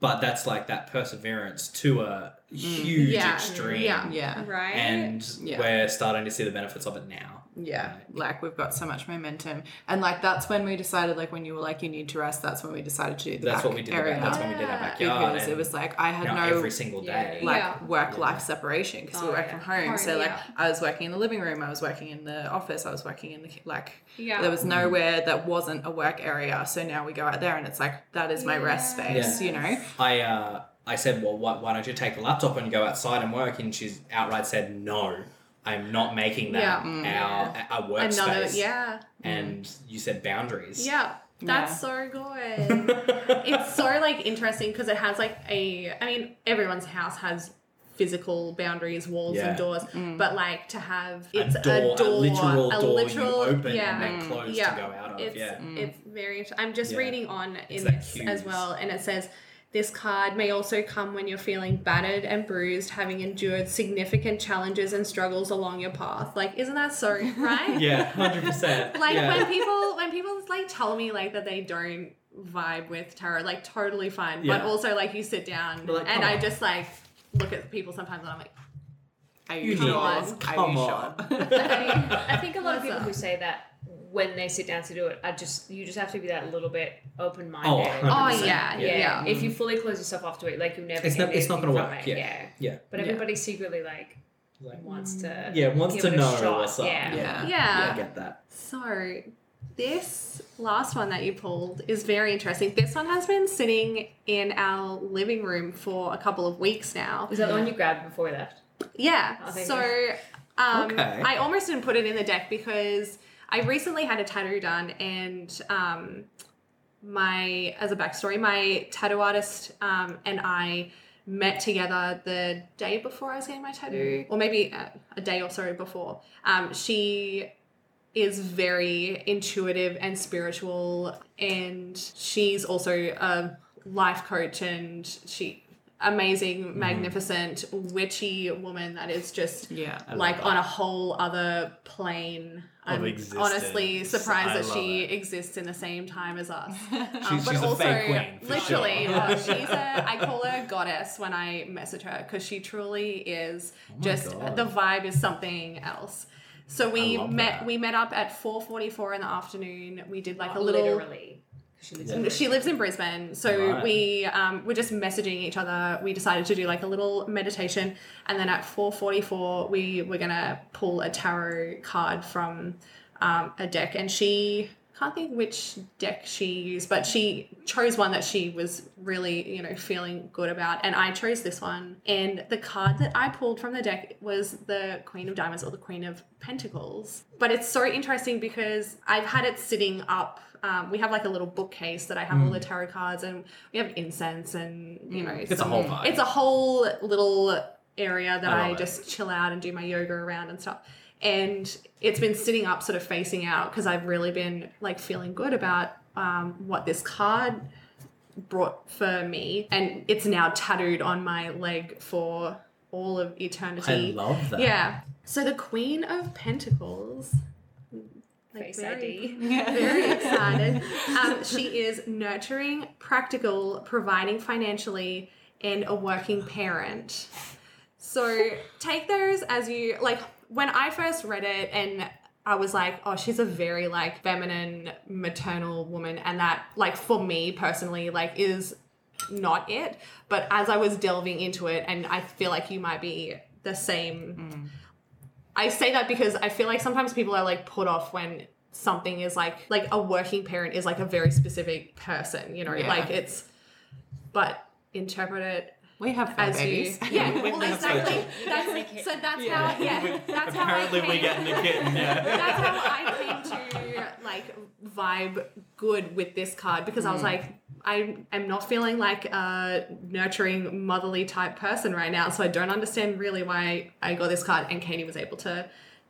Speaker 3: But that's like that perseverance to a huge
Speaker 4: Yeah.
Speaker 3: extreme.
Speaker 4: Yeah.
Speaker 2: yeah,
Speaker 4: Right?
Speaker 3: And
Speaker 2: Yeah.
Speaker 3: we're starting to see the benefits of it now.
Speaker 2: yeah. Like we've got so much momentum, and like that's when we decided. Like when you were like you need to rest, that's when we decided to do the
Speaker 3: That's
Speaker 2: back
Speaker 3: what we did. the
Speaker 2: area
Speaker 3: back- That's when we did our
Speaker 4: Yeah.
Speaker 3: backyard.
Speaker 2: because
Speaker 3: and
Speaker 2: it was like I had
Speaker 3: now
Speaker 2: no
Speaker 3: every single day.
Speaker 5: Yeah.
Speaker 2: like
Speaker 4: Yeah.
Speaker 2: work life separation because we
Speaker 5: Oh,
Speaker 2: work
Speaker 5: yeah.
Speaker 2: from home.
Speaker 4: Home,
Speaker 2: so like
Speaker 4: yeah.
Speaker 2: I was working in the living room, I was working in the office, I was working in the ki- like
Speaker 4: Yeah.
Speaker 2: there was nowhere that wasn't a work area. So now we go out there and it's like that is my rest space,
Speaker 4: Yes.
Speaker 2: you know.
Speaker 3: I uh, I said, well, why, why don't you take the laptop and go outside and work? And she's outright said, no, I'm not making that
Speaker 4: Yeah.
Speaker 3: our our workspace.
Speaker 4: Another, yeah.
Speaker 3: And you said boundaries.
Speaker 4: Yeah. That's
Speaker 2: Yeah.
Speaker 4: so good. it's so like interesting because it has like a I mean, everyone's house has physical boundaries, walls
Speaker 3: Yeah.
Speaker 4: and doors, but like to have
Speaker 3: a
Speaker 4: it's
Speaker 3: door, a, literal
Speaker 4: a
Speaker 3: door
Speaker 4: literal-
Speaker 3: you open
Speaker 4: yeah.
Speaker 3: and then close
Speaker 4: Yeah.
Speaker 3: to go out of.
Speaker 4: It's
Speaker 3: yeah.
Speaker 4: it's very. int- I'm just
Speaker 3: Yeah.
Speaker 4: reading on in
Speaker 3: It's like
Speaker 4: this as
Speaker 3: cues.
Speaker 4: well, and it says this card may also come when you're feeling battered and bruised, having endured significant challenges and struggles along your path. Like, isn't that so right?
Speaker 3: Yeah, hundred percent.
Speaker 4: Like
Speaker 3: yeah.
Speaker 4: when people when people like tell me like that they don't vibe with tarot, like totally fine,
Speaker 3: Yeah.
Speaker 4: but also like you sit down
Speaker 3: But, like,
Speaker 4: and
Speaker 3: come
Speaker 4: I
Speaker 3: on.
Speaker 4: just like look at people sometimes and I'm like,
Speaker 2: Are
Speaker 3: You
Speaker 2: you
Speaker 3: need
Speaker 2: sure?
Speaker 4: this.
Speaker 2: Are
Speaker 3: Come
Speaker 2: you
Speaker 3: on.
Speaker 2: sure?
Speaker 5: I think a lot
Speaker 4: What's
Speaker 5: of people
Speaker 4: up?
Speaker 5: who say that when they sit down to do it, I just you just have to be that little bit open
Speaker 3: Oh,
Speaker 5: minded.
Speaker 3: 100%.
Speaker 4: oh yeah, yeah,
Speaker 5: yeah.
Speaker 4: yeah.
Speaker 5: If you fully close yourself off to it, like you never.
Speaker 3: It's not-
Speaker 5: get
Speaker 3: it's not
Speaker 5: anything
Speaker 3: gonna
Speaker 5: from
Speaker 3: work,
Speaker 5: it,
Speaker 3: yeah. Yeah.
Speaker 5: But
Speaker 2: Yeah.
Speaker 5: everybody secretly like
Speaker 3: Like,
Speaker 5: wants
Speaker 4: Mm.
Speaker 5: to.
Speaker 3: yeah, wants
Speaker 5: give
Speaker 3: to
Speaker 5: it a
Speaker 3: know
Speaker 5: shot,
Speaker 3: what's up.
Speaker 5: yeah.
Speaker 2: Yeah.
Speaker 3: Yeah, I get that.
Speaker 4: So, this last one that you pulled is very interesting. This one has been sitting in our living room for a couple of weeks now.
Speaker 5: Is that the one you grabbed before we left?
Speaker 4: Yeah.
Speaker 5: Oh, thank
Speaker 4: so, Um,
Speaker 3: Okay.
Speaker 4: I almost didn't put it in the deck because I recently had a tattoo done, and um, my as a backstory, my tattoo artist um, and I met together the day before I was getting my tattoo, or maybe a, a day or so before. Um, she is very intuitive and spiritual and she's also a life coach and she amazing magnificent witchy woman that is just
Speaker 2: Yeah.
Speaker 3: I love
Speaker 4: like
Speaker 3: that.
Speaker 4: on a whole other plane i'm
Speaker 3: Of
Speaker 4: honestly
Speaker 3: existence.
Speaker 4: surprised
Speaker 3: I
Speaker 4: that
Speaker 3: love
Speaker 4: she
Speaker 3: it.
Speaker 4: exists in the same time as us Um,
Speaker 3: She's- she's a fake queen, for sure.
Speaker 4: literally oh, she's a i call her goddess when i message her because she truly is
Speaker 3: Oh my
Speaker 4: just
Speaker 3: God.
Speaker 4: the vibe is something else so we
Speaker 3: I love
Speaker 4: met
Speaker 3: that.
Speaker 4: we met up at 4.44 in the afternoon we did like
Speaker 5: Not
Speaker 4: a little
Speaker 5: literally. 'cause She lives
Speaker 3: Yeah.
Speaker 5: in
Speaker 4: she lives in Brisbane, so
Speaker 3: Right.
Speaker 4: we um, were just messaging each other. We decided to do like a little meditation, and then at four forty four, we were gonna pull a tarot card from um, a deck, and she can't think which deck she used, but she chose one that she was really you know feeling good about, and I chose this one. And the card that I pulled from the deck was the Queen of Diamonds or the Queen of Pentacles, but it's so interesting because I've had it sitting up um, we have like a little bookcase that I have all the tarot cards and we have incense and you know
Speaker 3: Mm. It's a whole vibe.
Speaker 4: it's a whole little area that
Speaker 3: I
Speaker 4: I,
Speaker 3: love it.
Speaker 4: just chill out and do my yoga around and stuff. And it's been sitting up, sort of facing out, because I've really been like feeling good about um, what this card brought for me, and it's now tattooed on my leg for all of eternity.
Speaker 3: I love that.
Speaker 4: Yeah. So the Queen of Pentacles. like,
Speaker 5: Face
Speaker 4: very-
Speaker 5: ID.
Speaker 4: very excited. Um, she is nurturing, practical, providing financially, and a working parent. So take those as you like. When I first read it, and I was like, oh, she's a very like feminine, maternal woman, and that like for me personally, like is not it. But as I was delving into it, and I feel like you might be the same I say that because I feel like sometimes people are like put off when something is like like a working parent is like a very specific person, you know,
Speaker 2: Yeah.
Speaker 4: like it's but interpret it
Speaker 2: We have four
Speaker 4: as
Speaker 2: babies.
Speaker 4: you Yeah,
Speaker 3: We
Speaker 4: well
Speaker 3: have to-
Speaker 4: exactly.
Speaker 5: We
Speaker 4: That's,
Speaker 5: have
Speaker 4: so
Speaker 5: to-
Speaker 4: that's
Speaker 3: Yeah.
Speaker 4: how yeah, that's how
Speaker 3: Apparently,
Speaker 4: I came,
Speaker 3: we're getting a kitten. Yeah.
Speaker 4: that's how I came to like vibe good with this card because I was like, I am not feeling like a nurturing, motherly type person right now, so I don't understand really why I got this card. And Katie was able to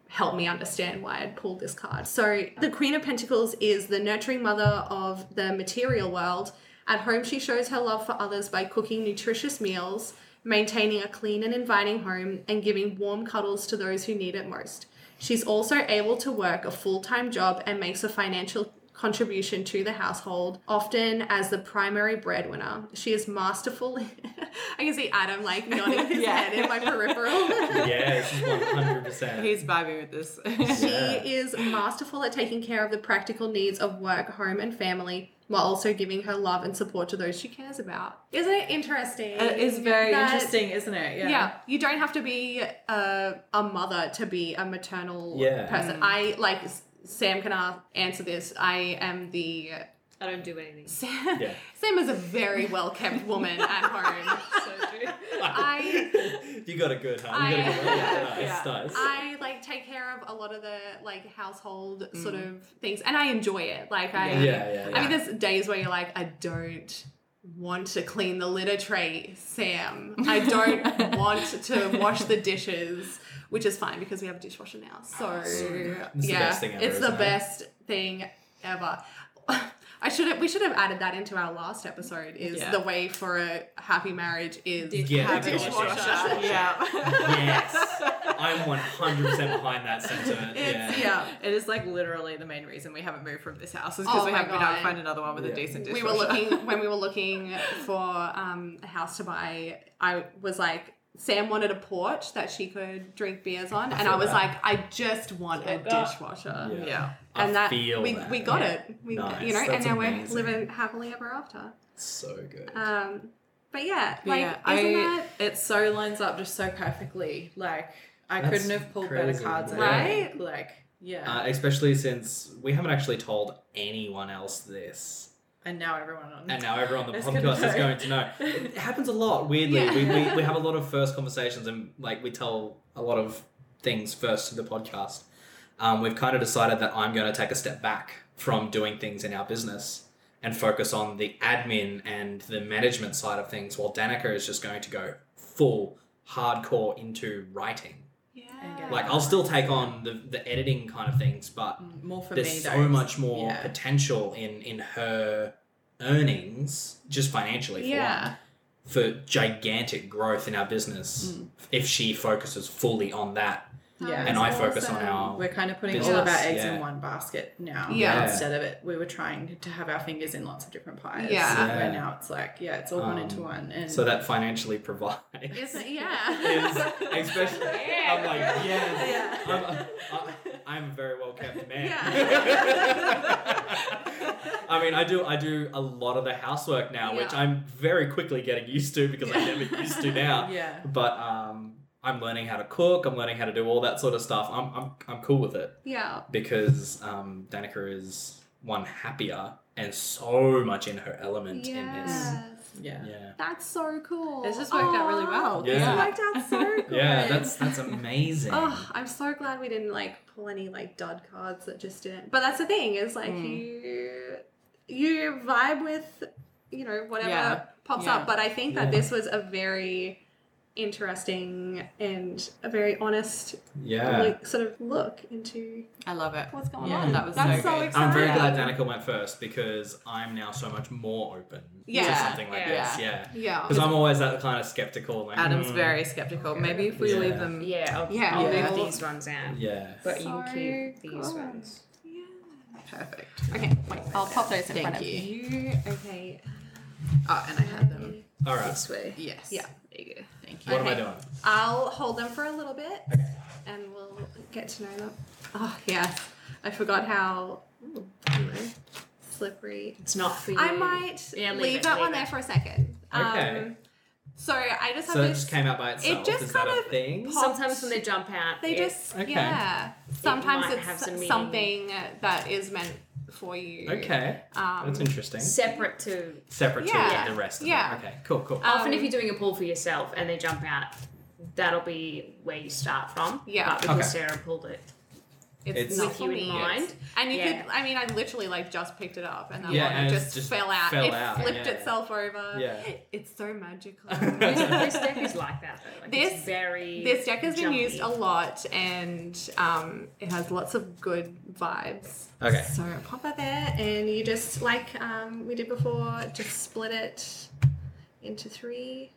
Speaker 4: help me understand why I'd pulled this card. So the Queen of Pentacles is the nurturing mother of the material world. At home, she shows her love for others by cooking nutritious meals. Maintaining a clean and inviting home and giving warm cuddles to those who need it most. She's also able to work a full time job and makes a financial contribution to the household, often as the primary breadwinner. She is masterful. I can see Adam like nodding his
Speaker 2: Yeah.
Speaker 4: head in my peripheral.
Speaker 3: yeah, she's one hundred percent.
Speaker 2: He's vibing with this.
Speaker 4: she
Speaker 3: Yeah.
Speaker 4: is masterful at taking care of the practical needs of work, home, and family. While also giving her love and support to those she cares about. Isn't it interesting?
Speaker 2: it is very
Speaker 4: that-
Speaker 2: interesting, isn't it?
Speaker 4: Yeah. you don't have to be a, a mother to be a maternal
Speaker 3: Yeah.
Speaker 4: person. I like S- Sam can a- answer this. I am the
Speaker 5: I don't do anything. So
Speaker 4: Sam,
Speaker 3: Yeah.
Speaker 4: Sam is a very well kept woman at home.
Speaker 5: true.
Speaker 4: I-
Speaker 3: you got a good, huh?
Speaker 4: I-
Speaker 3: You got a good one. Yeah,
Speaker 2: Yeah.
Speaker 3: nice, nice.
Speaker 4: I like take care of a lot of the like household sort of things, and I enjoy it. Like I,
Speaker 2: Yeah.
Speaker 3: Mm. yeah, yeah, yeah.
Speaker 4: I mean, there's days where you're like, I don't want to clean the litter tray, Sam. I don't want to wash the dishes, which is fine because we have a dishwasher now. So
Speaker 3: It's the
Speaker 4: yeah,
Speaker 3: best thing ever,
Speaker 4: it's the
Speaker 3: isn't it?
Speaker 4: best thing ever. I should have, we should have added that into our last episode. Is
Speaker 2: Yeah.
Speaker 4: the way for a happy marriage is
Speaker 3: Yeah,
Speaker 4: have a
Speaker 3: it's
Speaker 4: dishwasher.
Speaker 3: dishwasher.
Speaker 2: Yeah.
Speaker 3: yes, I'm one hundred percent behind that sentiment.
Speaker 4: It's-
Speaker 3: yeah.
Speaker 4: yeah.
Speaker 2: It is like literally the main reason we haven't moved from this house is because
Speaker 4: Oh
Speaker 2: we
Speaker 4: my
Speaker 2: haven't been able to
Speaker 4: God.
Speaker 2: find another one with a
Speaker 3: Yeah.
Speaker 2: decent
Speaker 4: we
Speaker 2: dishwasher.
Speaker 4: were looking when we were looking for um, a house to buy. I was like, Sam wanted a porch that she could drink beers on, and I
Speaker 3: feel
Speaker 4: was
Speaker 3: that.
Speaker 4: like, I just want a
Speaker 5: Feel that.
Speaker 4: dishwasher.
Speaker 3: Yeah.
Speaker 2: Yeah.
Speaker 3: I
Speaker 4: And that
Speaker 3: feel
Speaker 4: we
Speaker 3: that.
Speaker 4: we got
Speaker 3: Yeah.
Speaker 4: it. We,
Speaker 3: Nice.
Speaker 4: You know, and
Speaker 3: That's
Speaker 4: now
Speaker 3: amazing.
Speaker 4: we're living happily ever after.
Speaker 3: So good.
Speaker 4: Um, but yeah,
Speaker 2: But
Speaker 4: like
Speaker 2: yeah,
Speaker 4: isn't
Speaker 2: I,
Speaker 4: that
Speaker 2: it so lines up just so perfectly. Like I
Speaker 3: That's
Speaker 2: couldn't have pulled better
Speaker 3: crazy,
Speaker 2: cards, I
Speaker 4: yeah.
Speaker 2: think. Like yeah,
Speaker 3: Uh, especially since we haven't actually told anyone else this,
Speaker 2: and now everyone on.
Speaker 3: and now everyone on the
Speaker 2: Is gonna
Speaker 3: podcast is
Speaker 2: know.
Speaker 3: going to know. It happens a lot. Weirdly,
Speaker 4: Yeah.
Speaker 3: we, we, we have a lot of first conversations, and like we tell a lot of things first to the podcast, um, we've kind of decided that I'm going to take a step back from doing things in our business and focus on the admin and the management side of things, while Danica is just going to go full hardcore into writing.
Speaker 4: Yeah.
Speaker 3: Like I'll still take on the, the editing kind of things, but
Speaker 2: More for me
Speaker 3: there's so
Speaker 2: though.
Speaker 3: much more
Speaker 2: yeah.
Speaker 3: potential in in her earnings just financially for one,
Speaker 2: yeah.
Speaker 3: for gigantic growth in our business
Speaker 2: Mm.
Speaker 3: if she focuses fully on that
Speaker 2: Yeah.
Speaker 3: and I focus on our
Speaker 2: We're kind of putting all
Speaker 3: Business,
Speaker 2: of our eggs
Speaker 3: yeah.
Speaker 2: in one basket now.
Speaker 4: Yeah.
Speaker 2: Instead of it, we were trying to have our fingers in lots of different pies.
Speaker 4: Yeah.
Speaker 3: Yeah.
Speaker 2: Where now it's like, yeah, it's all one
Speaker 3: Um,
Speaker 2: into one. And
Speaker 3: so that financially provides
Speaker 4: Isn't
Speaker 3: is
Speaker 4: yeah.
Speaker 3: especially
Speaker 5: Yeah.
Speaker 3: I'm like yes
Speaker 2: Yeah.
Speaker 3: I'm, a- I- I'm a very well kept man.
Speaker 4: Yeah.
Speaker 3: I mean, I do I do a lot of the housework now, which
Speaker 4: Yeah.
Speaker 3: I'm very quickly getting used to because I never used to now.
Speaker 2: yeah.
Speaker 3: But um, I'm learning how to cook. I'm learning how to do all that sort of stuff. I'm I'm, I'm cool with it
Speaker 4: yeah.
Speaker 3: because um, Danica is one happier and so much in her element in this.
Speaker 4: Yes.
Speaker 2: Yeah.
Speaker 3: Yeah.
Speaker 4: That's so cool. Oh,
Speaker 2: This has worked out really well.
Speaker 3: Yeah.
Speaker 4: This worked out so good.
Speaker 3: Yeah, that's that's amazing.
Speaker 4: Oh, I'm so glad we didn't like pull any like dud cards that just didn't. But that's the thing is like
Speaker 2: Mm.
Speaker 4: you you vibe with you know whatever
Speaker 2: Yeah.
Speaker 4: pops
Speaker 2: Yeah.
Speaker 4: up. But I think that
Speaker 3: Yeah.
Speaker 4: this was a very interesting and a very honest
Speaker 3: yeah.
Speaker 4: like, sort of look into
Speaker 2: I love it.
Speaker 4: what's going
Speaker 2: Yeah,
Speaker 4: on.
Speaker 2: that was
Speaker 4: that's
Speaker 2: so
Speaker 4: so,
Speaker 2: good.
Speaker 4: exciting.
Speaker 3: I'm very glad Danica went first because I'm now so much more open to
Speaker 4: Yeah,
Speaker 3: something like
Speaker 5: yeah.
Speaker 3: this. Yeah.
Speaker 4: Yeah.
Speaker 3: Because I'm always that kind of skeptical. Like,
Speaker 2: Adam's
Speaker 3: "Mm,
Speaker 2: very skeptical.
Speaker 5: Okay.
Speaker 2: Maybe if we
Speaker 3: Yeah.
Speaker 2: leave them.
Speaker 5: Yeah, I'll,
Speaker 4: Yeah.
Speaker 5: I'll
Speaker 2: Yeah.
Speaker 5: move these ones out.
Speaker 3: Yeah.
Speaker 5: But
Speaker 4: So
Speaker 5: you keep these
Speaker 4: good.
Speaker 5: ones.
Speaker 4: Yeah.
Speaker 2: Perfect.
Speaker 4: Okay, wait. I'll pop those in
Speaker 2: Thank
Speaker 4: front
Speaker 2: you.
Speaker 4: of you. Okay.
Speaker 2: Oh, and I had them.
Speaker 3: All right.
Speaker 5: This way.
Speaker 2: Yes.
Speaker 4: Yeah.
Speaker 5: There you go.
Speaker 2: Thank you.
Speaker 3: What am I
Speaker 4: Okay.
Speaker 3: doing?
Speaker 4: I'll hold them for a little bit and we'll get to know them. Oh, yes. I forgot how ooh, I don't know, slippery.
Speaker 5: It's not for you.
Speaker 4: I might
Speaker 5: Yeah,
Speaker 4: leave,
Speaker 5: leave it,
Speaker 4: that one
Speaker 5: leave
Speaker 4: there
Speaker 5: it.
Speaker 4: for a second.
Speaker 3: Okay.
Speaker 4: Um, so I just have
Speaker 3: So it
Speaker 4: this.
Speaker 3: just came out by itself.
Speaker 4: just
Speaker 3: Is
Speaker 4: kind
Speaker 3: that a
Speaker 4: of
Speaker 3: thing?
Speaker 4: popped-
Speaker 5: Sometimes when they jump out,
Speaker 4: they
Speaker 5: it-
Speaker 4: just,
Speaker 3: Okay.
Speaker 4: yeah. Sometimes
Speaker 5: might
Speaker 4: it's
Speaker 5: have some meaning.
Speaker 4: something that is meant for you.
Speaker 3: Okay.
Speaker 4: Um,
Speaker 3: That's interesting.
Speaker 5: separate to.
Speaker 3: Separate
Speaker 4: yeah,
Speaker 3: to the rest of
Speaker 4: yeah.
Speaker 3: it. Okay. Cool, cool.
Speaker 4: Um,
Speaker 5: often, if you're doing a pull for yourself and they jump out, that'll be where you start from.
Speaker 4: Yeah.
Speaker 5: But because
Speaker 3: Okay.
Speaker 5: Sarah pulled it
Speaker 4: It's,
Speaker 3: It's-
Speaker 4: not
Speaker 5: with
Speaker 4: for
Speaker 5: you in
Speaker 4: me.
Speaker 5: mind,
Speaker 4: And you
Speaker 5: Yeah.
Speaker 4: could, I mean, I literally like just picked it up and that
Speaker 3: Yeah,
Speaker 4: one
Speaker 3: and it's
Speaker 4: just,
Speaker 3: just
Speaker 4: fell out.
Speaker 3: fell
Speaker 4: it
Speaker 3: out,
Speaker 4: flipped
Speaker 3: yeah.
Speaker 4: itself over.
Speaker 3: Yeah.
Speaker 4: It's so magical.
Speaker 5: this, this deck is like that though. Like
Speaker 4: This-
Speaker 5: it's very
Speaker 4: this deck has been
Speaker 5: jumpy.
Speaker 4: used a lot and um, it has lots of good vibes.
Speaker 3: Okay.
Speaker 4: So pop that there and you just, like um, we did before, just split it into three.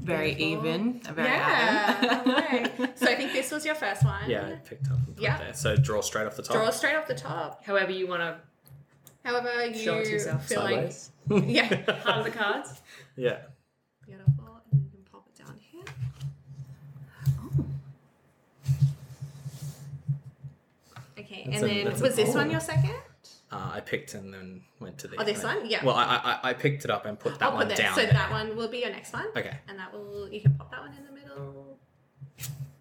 Speaker 2: Very
Speaker 4: Beautiful.
Speaker 2: even. Very
Speaker 4: yeah.
Speaker 2: Adam.
Speaker 4: alright. so I think this was your first one.
Speaker 3: yeah, I picked up. and put
Speaker 4: Yeah.
Speaker 3: There. So draw straight off the top.
Speaker 4: Draw straight off the top.
Speaker 5: However, you want to
Speaker 4: However, you
Speaker 5: show it to yourself.
Speaker 4: feel like
Speaker 5: sideways.
Speaker 4: Yeah.
Speaker 5: Part of the cards.
Speaker 3: yeah.
Speaker 4: Beautiful. And then you can pop it down here. Oh. Okay,
Speaker 3: That's
Speaker 4: and
Speaker 3: a-
Speaker 4: then
Speaker 3: that's a
Speaker 4: was this
Speaker 3: bowl.
Speaker 4: one your second?
Speaker 3: Uh, I picked and then went to the.
Speaker 4: Oh, this one? Yeah.
Speaker 3: Well, I, I I picked it up and put that
Speaker 4: I'll
Speaker 3: one
Speaker 4: put that.
Speaker 3: down.
Speaker 4: So
Speaker 3: there.
Speaker 4: that one will be your next one.
Speaker 3: Okay.
Speaker 4: And that will you can pop that one in the middle.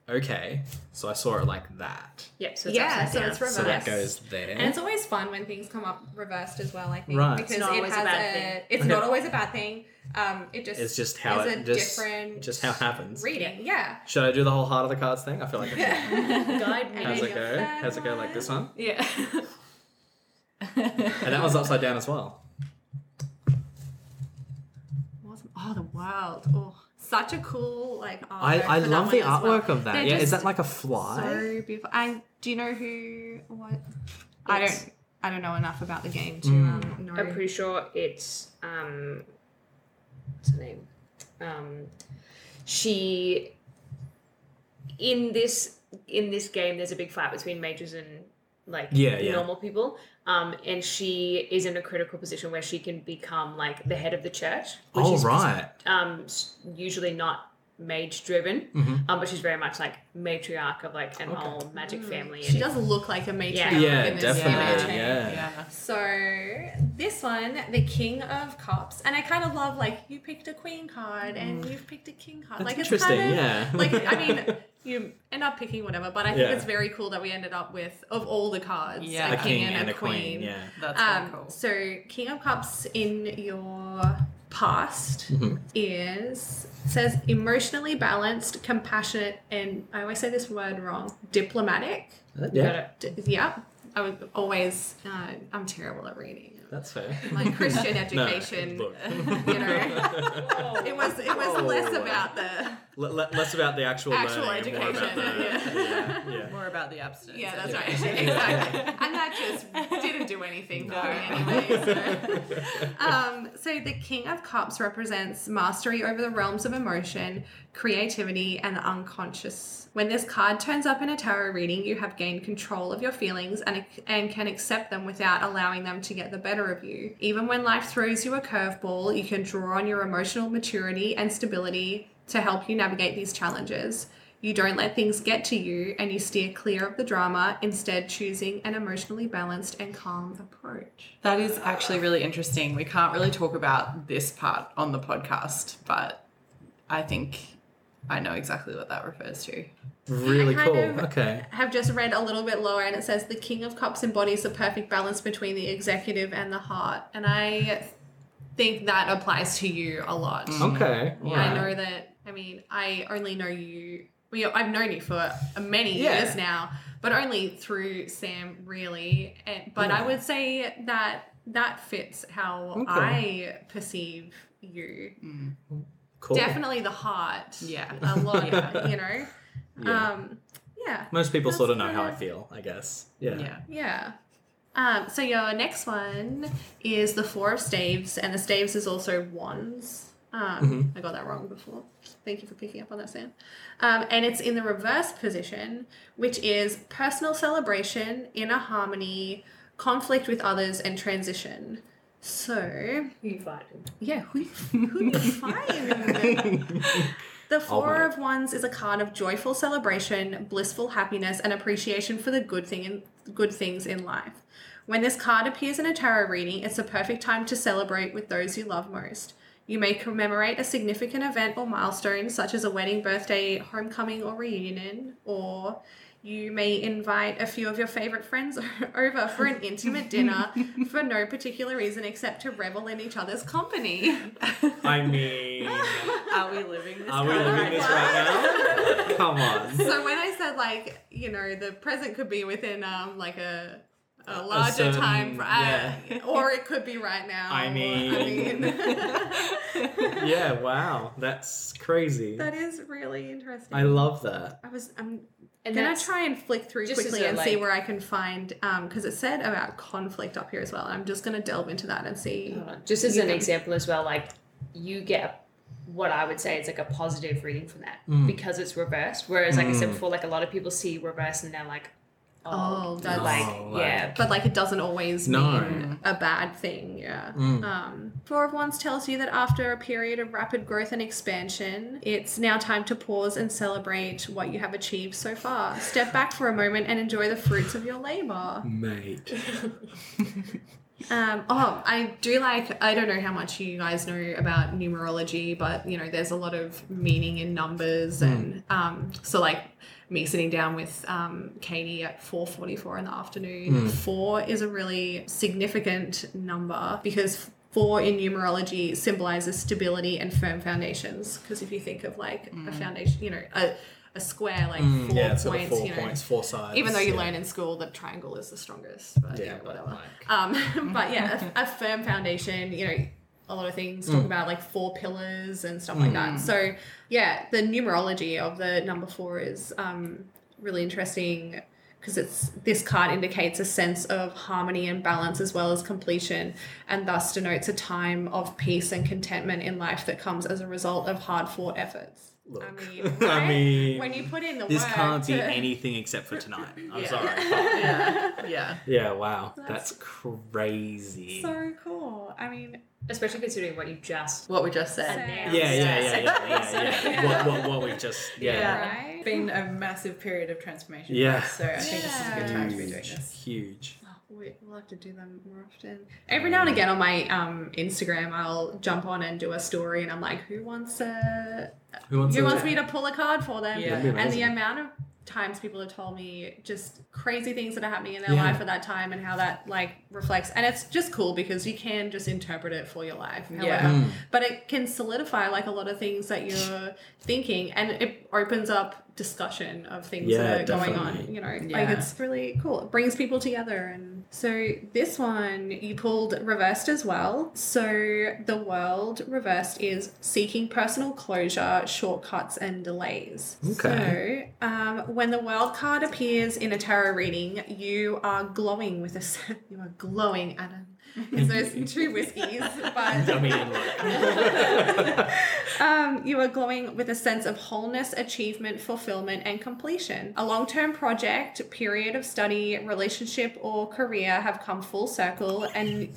Speaker 3: Okay. So I saw it like that.
Speaker 5: Yep. So it's
Speaker 4: yeah,
Speaker 5: upside
Speaker 4: so
Speaker 5: down.
Speaker 4: it's reversed.
Speaker 3: So that goes there.
Speaker 4: and it's always fun when things come up reversed as well, I think.
Speaker 3: Right.
Speaker 4: Because
Speaker 5: It's not
Speaker 4: it
Speaker 5: always a
Speaker 4: has
Speaker 5: bad thing.
Speaker 4: it's
Speaker 3: Okay.
Speaker 4: not always a bad thing. Um it just
Speaker 3: It's just how
Speaker 4: is
Speaker 3: it
Speaker 4: a
Speaker 3: just
Speaker 4: different
Speaker 3: just how it happens.
Speaker 4: reading. Yeah.
Speaker 3: Should I do the whole heart of the cards thing? I feel like I should.
Speaker 5: Guide me.
Speaker 4: And then
Speaker 3: How's it
Speaker 4: your
Speaker 3: go?
Speaker 4: third
Speaker 3: How's it go? Like
Speaker 4: one.
Speaker 3: this one?
Speaker 2: yeah.
Speaker 3: And that was upside down as well.
Speaker 4: Awesome. Oh, the wild. Oh, such a cool like. Artwork for that one as well.
Speaker 3: of
Speaker 4: They're just
Speaker 3: like a
Speaker 4: So beautiful. And do you know who? What? I
Speaker 5: It's-
Speaker 4: don't. I don't know enough about the game to
Speaker 3: Mm.
Speaker 4: um, know.
Speaker 5: I'm pretty sure it's um, what's her name? Um, she in this in this game. There's a big fight between mages and like
Speaker 3: Yeah, yeah.
Speaker 5: normal people. Um, and she is in a critical position where she can become like the head of the church, which
Speaker 3: All
Speaker 5: is
Speaker 3: Oh, right.
Speaker 5: um s- usually not mage driven,
Speaker 3: Mhm.
Speaker 5: um, but she's very much like matriarch of like an
Speaker 3: Okay.
Speaker 5: old magic family.
Speaker 4: She
Speaker 5: and-
Speaker 4: does look like a matriarch.
Speaker 5: Yeah.
Speaker 3: Yeah,
Speaker 4: in this
Speaker 3: definitely,
Speaker 4: image.
Speaker 3: yeah.
Speaker 4: So this one, the King of Cups, and I kind of love like you picked a Queen card and you've picked a King card.
Speaker 3: Mm. That's
Speaker 4: like
Speaker 3: interesting,
Speaker 4: It's kind of,
Speaker 3: yeah.
Speaker 4: Like I mean. You end up picking whatever, but I think
Speaker 3: Yeah.
Speaker 4: it's very cool that we ended up with of all the cards,
Speaker 2: Yeah.
Speaker 3: a
Speaker 2: A
Speaker 3: king and a queen. Yeah.
Speaker 2: That's very
Speaker 4: Um,
Speaker 2: cool.
Speaker 4: So, King of Cups in your past
Speaker 3: Mm-hmm.
Speaker 4: is says emotionally balanced, compassionate, and I always say this word wrong, diplomatic.
Speaker 5: Got
Speaker 3: Yeah,
Speaker 5: it.
Speaker 4: D- yeah, I was always uh, I'm terrible at reading.
Speaker 3: that's fair.
Speaker 4: My Christian
Speaker 3: No,
Speaker 4: education,
Speaker 3: look.
Speaker 4: you know, it was it was less about the
Speaker 3: Le- le- less about the actual,
Speaker 4: Actual
Speaker 3: learning and more about
Speaker 4: education,
Speaker 3: the yeah. yeah.
Speaker 2: More about the abstinence.
Speaker 4: yeah, that's
Speaker 2: Yeah.
Speaker 4: right, exactly, and that just didn't do anything for me anyway. So. Um, so the King of Cups represents mastery over the realms of emotion, creativity, and the unconscious. When this card turns up in a tarot reading, you have gained control of your feelings and and can accept them without allowing them to get the better of you. Even when life throws you a curveball, you can draw on your emotional maturity and stability to help you navigate these challenges. You don't let things get to you and you steer clear of the drama, instead, choosing an emotionally balanced and calm approach.
Speaker 2: That is actually really interesting. We can't really talk about this part on the podcast, but I think I know exactly what that refers to.
Speaker 3: Really
Speaker 4: I
Speaker 3: cool.
Speaker 4: kind of-
Speaker 3: okay.
Speaker 4: have just read a little bit lower and it says the king of cups embodies the perfect balance between the executive and the heart and i think that applies to you a lot
Speaker 3: Hmm. Mm. Okay.
Speaker 4: Yeah, i know that i mean i only know you well, i've known you for many
Speaker 3: Yeah.
Speaker 4: years now but only through sam really and, but i
Speaker 3: Yeah.
Speaker 4: would say that that fits how
Speaker 3: Okay.
Speaker 4: i perceive you
Speaker 3: Cool.
Speaker 4: definitely the heart
Speaker 2: Yeah.
Speaker 4: a lot
Speaker 3: Yeah.
Speaker 4: you know
Speaker 3: Yeah.
Speaker 4: um yeah
Speaker 3: Most people
Speaker 4: That's
Speaker 3: sort of know how I
Speaker 4: kinda-
Speaker 3: feel, I guess. Yeah.
Speaker 2: Yeah.
Speaker 4: Yeah. Um, so your next one is the Four of Staves, and the Staves is also Wands. Um, I got that wrong before. Thank you for picking up on that, Sam. Um, and it's in the reverse position, which is personal celebration, inner harmony, conflict with others, and transition. So,
Speaker 5: You find him.
Speaker 4: yeah, who, who do you find? The Four
Speaker 3: mate.
Speaker 4: of Wands is a card of joyful celebration, blissful happiness, and appreciation for the good thing in, good things in life. When this card appears in a tarot reading, it's the perfect time to celebrate with those you love most. You may commemorate a significant event or milestone, such as a wedding, birthday, homecoming, or reunion, or you may invite a few of your favorite friends over for an intimate dinner for no particular reason except to revel in each other's company.
Speaker 3: I mean,
Speaker 2: Are we living this?
Speaker 3: are we
Speaker 2: kind of
Speaker 3: living
Speaker 2: life?
Speaker 3: this right now? Come on.
Speaker 4: so when I said like you know the present could be within um like a a larger
Speaker 3: certain-
Speaker 4: time fr- uh,
Speaker 3: yeah.
Speaker 4: or it could be right now.
Speaker 3: I
Speaker 4: or-
Speaker 3: mean- Yeah, wow. That's crazy.
Speaker 4: that is really interesting.
Speaker 3: I
Speaker 4: I,
Speaker 3: love that.
Speaker 4: was I'm
Speaker 5: And
Speaker 4: gonna
Speaker 5: that's-
Speaker 4: try and flick through
Speaker 5: just as
Speaker 4: quickly
Speaker 5: a,
Speaker 4: and see
Speaker 5: like-
Speaker 4: where I can find um because it said about conflict up here as well. I'm just gonna delve into that and see.
Speaker 5: Just as
Speaker 4: You
Speaker 5: an
Speaker 4: can-
Speaker 5: example as well, like you get what I would say is like a positive reading from that
Speaker 3: Mm.
Speaker 5: because it's reversed. Whereas, like I said
Speaker 3: Mm.
Speaker 5: before, like a lot of people see reverse and they're like,
Speaker 4: Oh,
Speaker 5: oh,
Speaker 4: that's-
Speaker 5: like,
Speaker 3: Oh, like-
Speaker 5: yeah.
Speaker 4: But like it doesn't always
Speaker 3: No.
Speaker 4: mean a bad thing, yeah.
Speaker 3: Mm.
Speaker 4: Um, Four of Wands tells you that after a period of rapid growth and expansion, it's now time to pause and celebrate what you have achieved so far. Step back for a moment and enjoy the fruits of your labor.
Speaker 3: Mate.
Speaker 4: Um, oh, I do like, I don't know how much you guys know about numerology, but you know, there's a lot of meaning in numbers. And um, so, like, me sitting down with um, Katie at 4.44 in the afternoon, four is a really significant number because four in numerology symbolizes stability and firm foundations. Because if you think of like a foundation, you know, a, a square, like four
Speaker 3: Hmm. yeah,
Speaker 4: points,
Speaker 3: so the four
Speaker 4: you know,
Speaker 3: points, four sides.
Speaker 4: even though you
Speaker 3: yeah.
Speaker 4: learn in school that triangle is the strongest, but you
Speaker 3: Yeah,
Speaker 4: know,
Speaker 3: but
Speaker 4: whatever.
Speaker 3: like-
Speaker 4: Um, but yeah, a, a firm foundation, you know, a lot of things
Speaker 3: Mm.
Speaker 4: talk about like four pillars and stuff like that. So yeah, the numerology of the number four is um, really interesting because it's this card indicates a sense of harmony and balance as well as completion and thus denotes a time of peace and contentment in life that comes as a result of hard fought efforts.
Speaker 3: Look.
Speaker 4: I mean,
Speaker 3: I
Speaker 4: right?
Speaker 3: mean,
Speaker 4: when you put in the
Speaker 3: This
Speaker 4: work
Speaker 3: can't be
Speaker 4: to-
Speaker 3: anything except for tonight. I'm
Speaker 4: Yeah.
Speaker 3: sorry.
Speaker 2: Yeah. Yeah.
Speaker 3: Yeah, wow. That's,
Speaker 4: That's-
Speaker 3: crazy.
Speaker 4: So cool. I mean,
Speaker 5: Especially considering what you just
Speaker 2: What we just said.
Speaker 4: Said.
Speaker 5: announced.
Speaker 3: yeah, yeah, yeah, yeah, yeah, yeah.
Speaker 4: Yeah.
Speaker 3: What, what, what we just, yeah.
Speaker 4: right?
Speaker 2: It's been a massive period of transformation.
Speaker 3: Yeah.
Speaker 2: for us, So I think this is a good time to be doing
Speaker 3: Huge,
Speaker 2: this.
Speaker 3: huge.
Speaker 4: We, we'll have to do them more often. Every now and again on my um, Instagram, I'll jump on and do a story, and I'm like, "Who wants a?
Speaker 3: Who wants,
Speaker 4: Who
Speaker 3: to-
Speaker 4: wants me to pull a card for them?"
Speaker 2: Yeah. That'd be
Speaker 4: And the
Speaker 3: amazing.
Speaker 4: amount of times people have told me just crazy things that are happening in their
Speaker 3: Yeah.
Speaker 4: life at that time and how that like reflects and it's just cool because you can just interpret it for your life however.
Speaker 2: Yeah.
Speaker 3: Mm.
Speaker 4: but it can solidify like a lot of things that you're thinking and it opens up discussion of things that
Speaker 3: Yeah,
Speaker 4: are going on
Speaker 3: definitely.
Speaker 4: you know like
Speaker 2: Yeah.
Speaker 4: it's really cool it brings people together and so this one you pulled reversed as well so the world reversed is seeking personal closure shortcuts and delays
Speaker 3: Okay.
Speaker 4: so um, when the world card appears in a tarot reading you are glowing with a s- you are glowing adam it's those two whiskies but
Speaker 3: I mean, look.
Speaker 4: um, you are glowing with a sense of wholeness, achievement, fulfillment, and completion. A long term project, period of study, relationship, or career have come full circle, and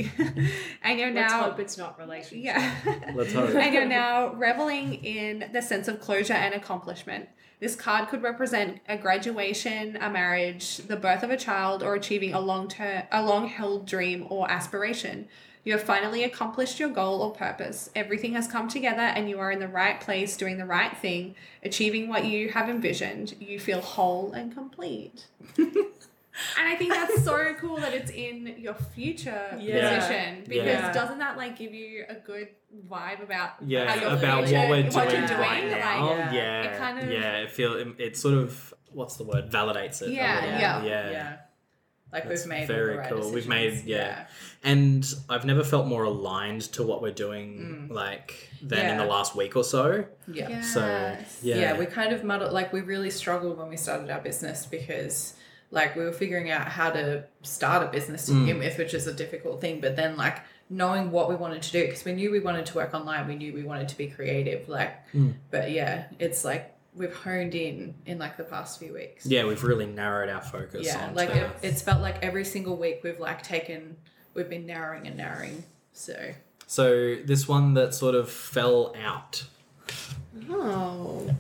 Speaker 4: and you're
Speaker 5: Let's
Speaker 4: now
Speaker 5: hope it's not relationship.
Speaker 4: yeah.
Speaker 3: Let's hope.
Speaker 4: and you're now reveling in the sense of closure and accomplishment. This card could represent a graduation, a marriage, the birth of a child, or achieving a long term, a long held dream or aspiration. You have finally accomplished your goal or purpose. Everything has come together and you are in the right place, doing the right thing, achieving what you have envisioned. You feel whole and complete. and I think that's so cool that it's in your future
Speaker 5: Yeah.
Speaker 4: position because
Speaker 3: Yeah.
Speaker 4: doesn't that like give you a good vibe about how
Speaker 3: yeah,
Speaker 4: your
Speaker 3: about what
Speaker 4: future-
Speaker 3: we're doing,
Speaker 4: what you're doing
Speaker 3: right now.
Speaker 4: like
Speaker 3: yeah,
Speaker 5: yeah.
Speaker 3: yeah,
Speaker 4: it kind of-
Speaker 3: it feel it, it sort of what's the word validates it.
Speaker 4: Yeah,
Speaker 3: doesn't it?
Speaker 4: yeah.
Speaker 3: yeah,
Speaker 2: Like
Speaker 3: That's
Speaker 2: we've made all
Speaker 3: very
Speaker 2: the right
Speaker 3: cool. We've
Speaker 2: decisions.
Speaker 3: made- yeah. And I've never felt more aligned to what we're doing
Speaker 4: Mm.
Speaker 3: like than in the
Speaker 2: Yeah.
Speaker 3: last week or so.
Speaker 2: yeah. Yeah.
Speaker 3: So
Speaker 4: Yes.
Speaker 3: yeah,
Speaker 2: yeah we kind of muddled like we really struggled when we started our business because like we were figuring out how to start a business to
Speaker 3: Mm.
Speaker 2: begin with which is a difficult thing but then like knowing what we wanted to do because we knew we wanted to work online we knew we wanted to be creative like
Speaker 3: Mm.
Speaker 2: but yeah it's like we've honed in in like the past few weeks
Speaker 3: yeah, we've really narrowed our focus.
Speaker 2: yeah
Speaker 3: onto
Speaker 2: like it,
Speaker 3: that.
Speaker 2: it's felt like every single week we've like taken we've been narrowing and narrowing so
Speaker 3: so this one that sort of fell out.
Speaker 4: oh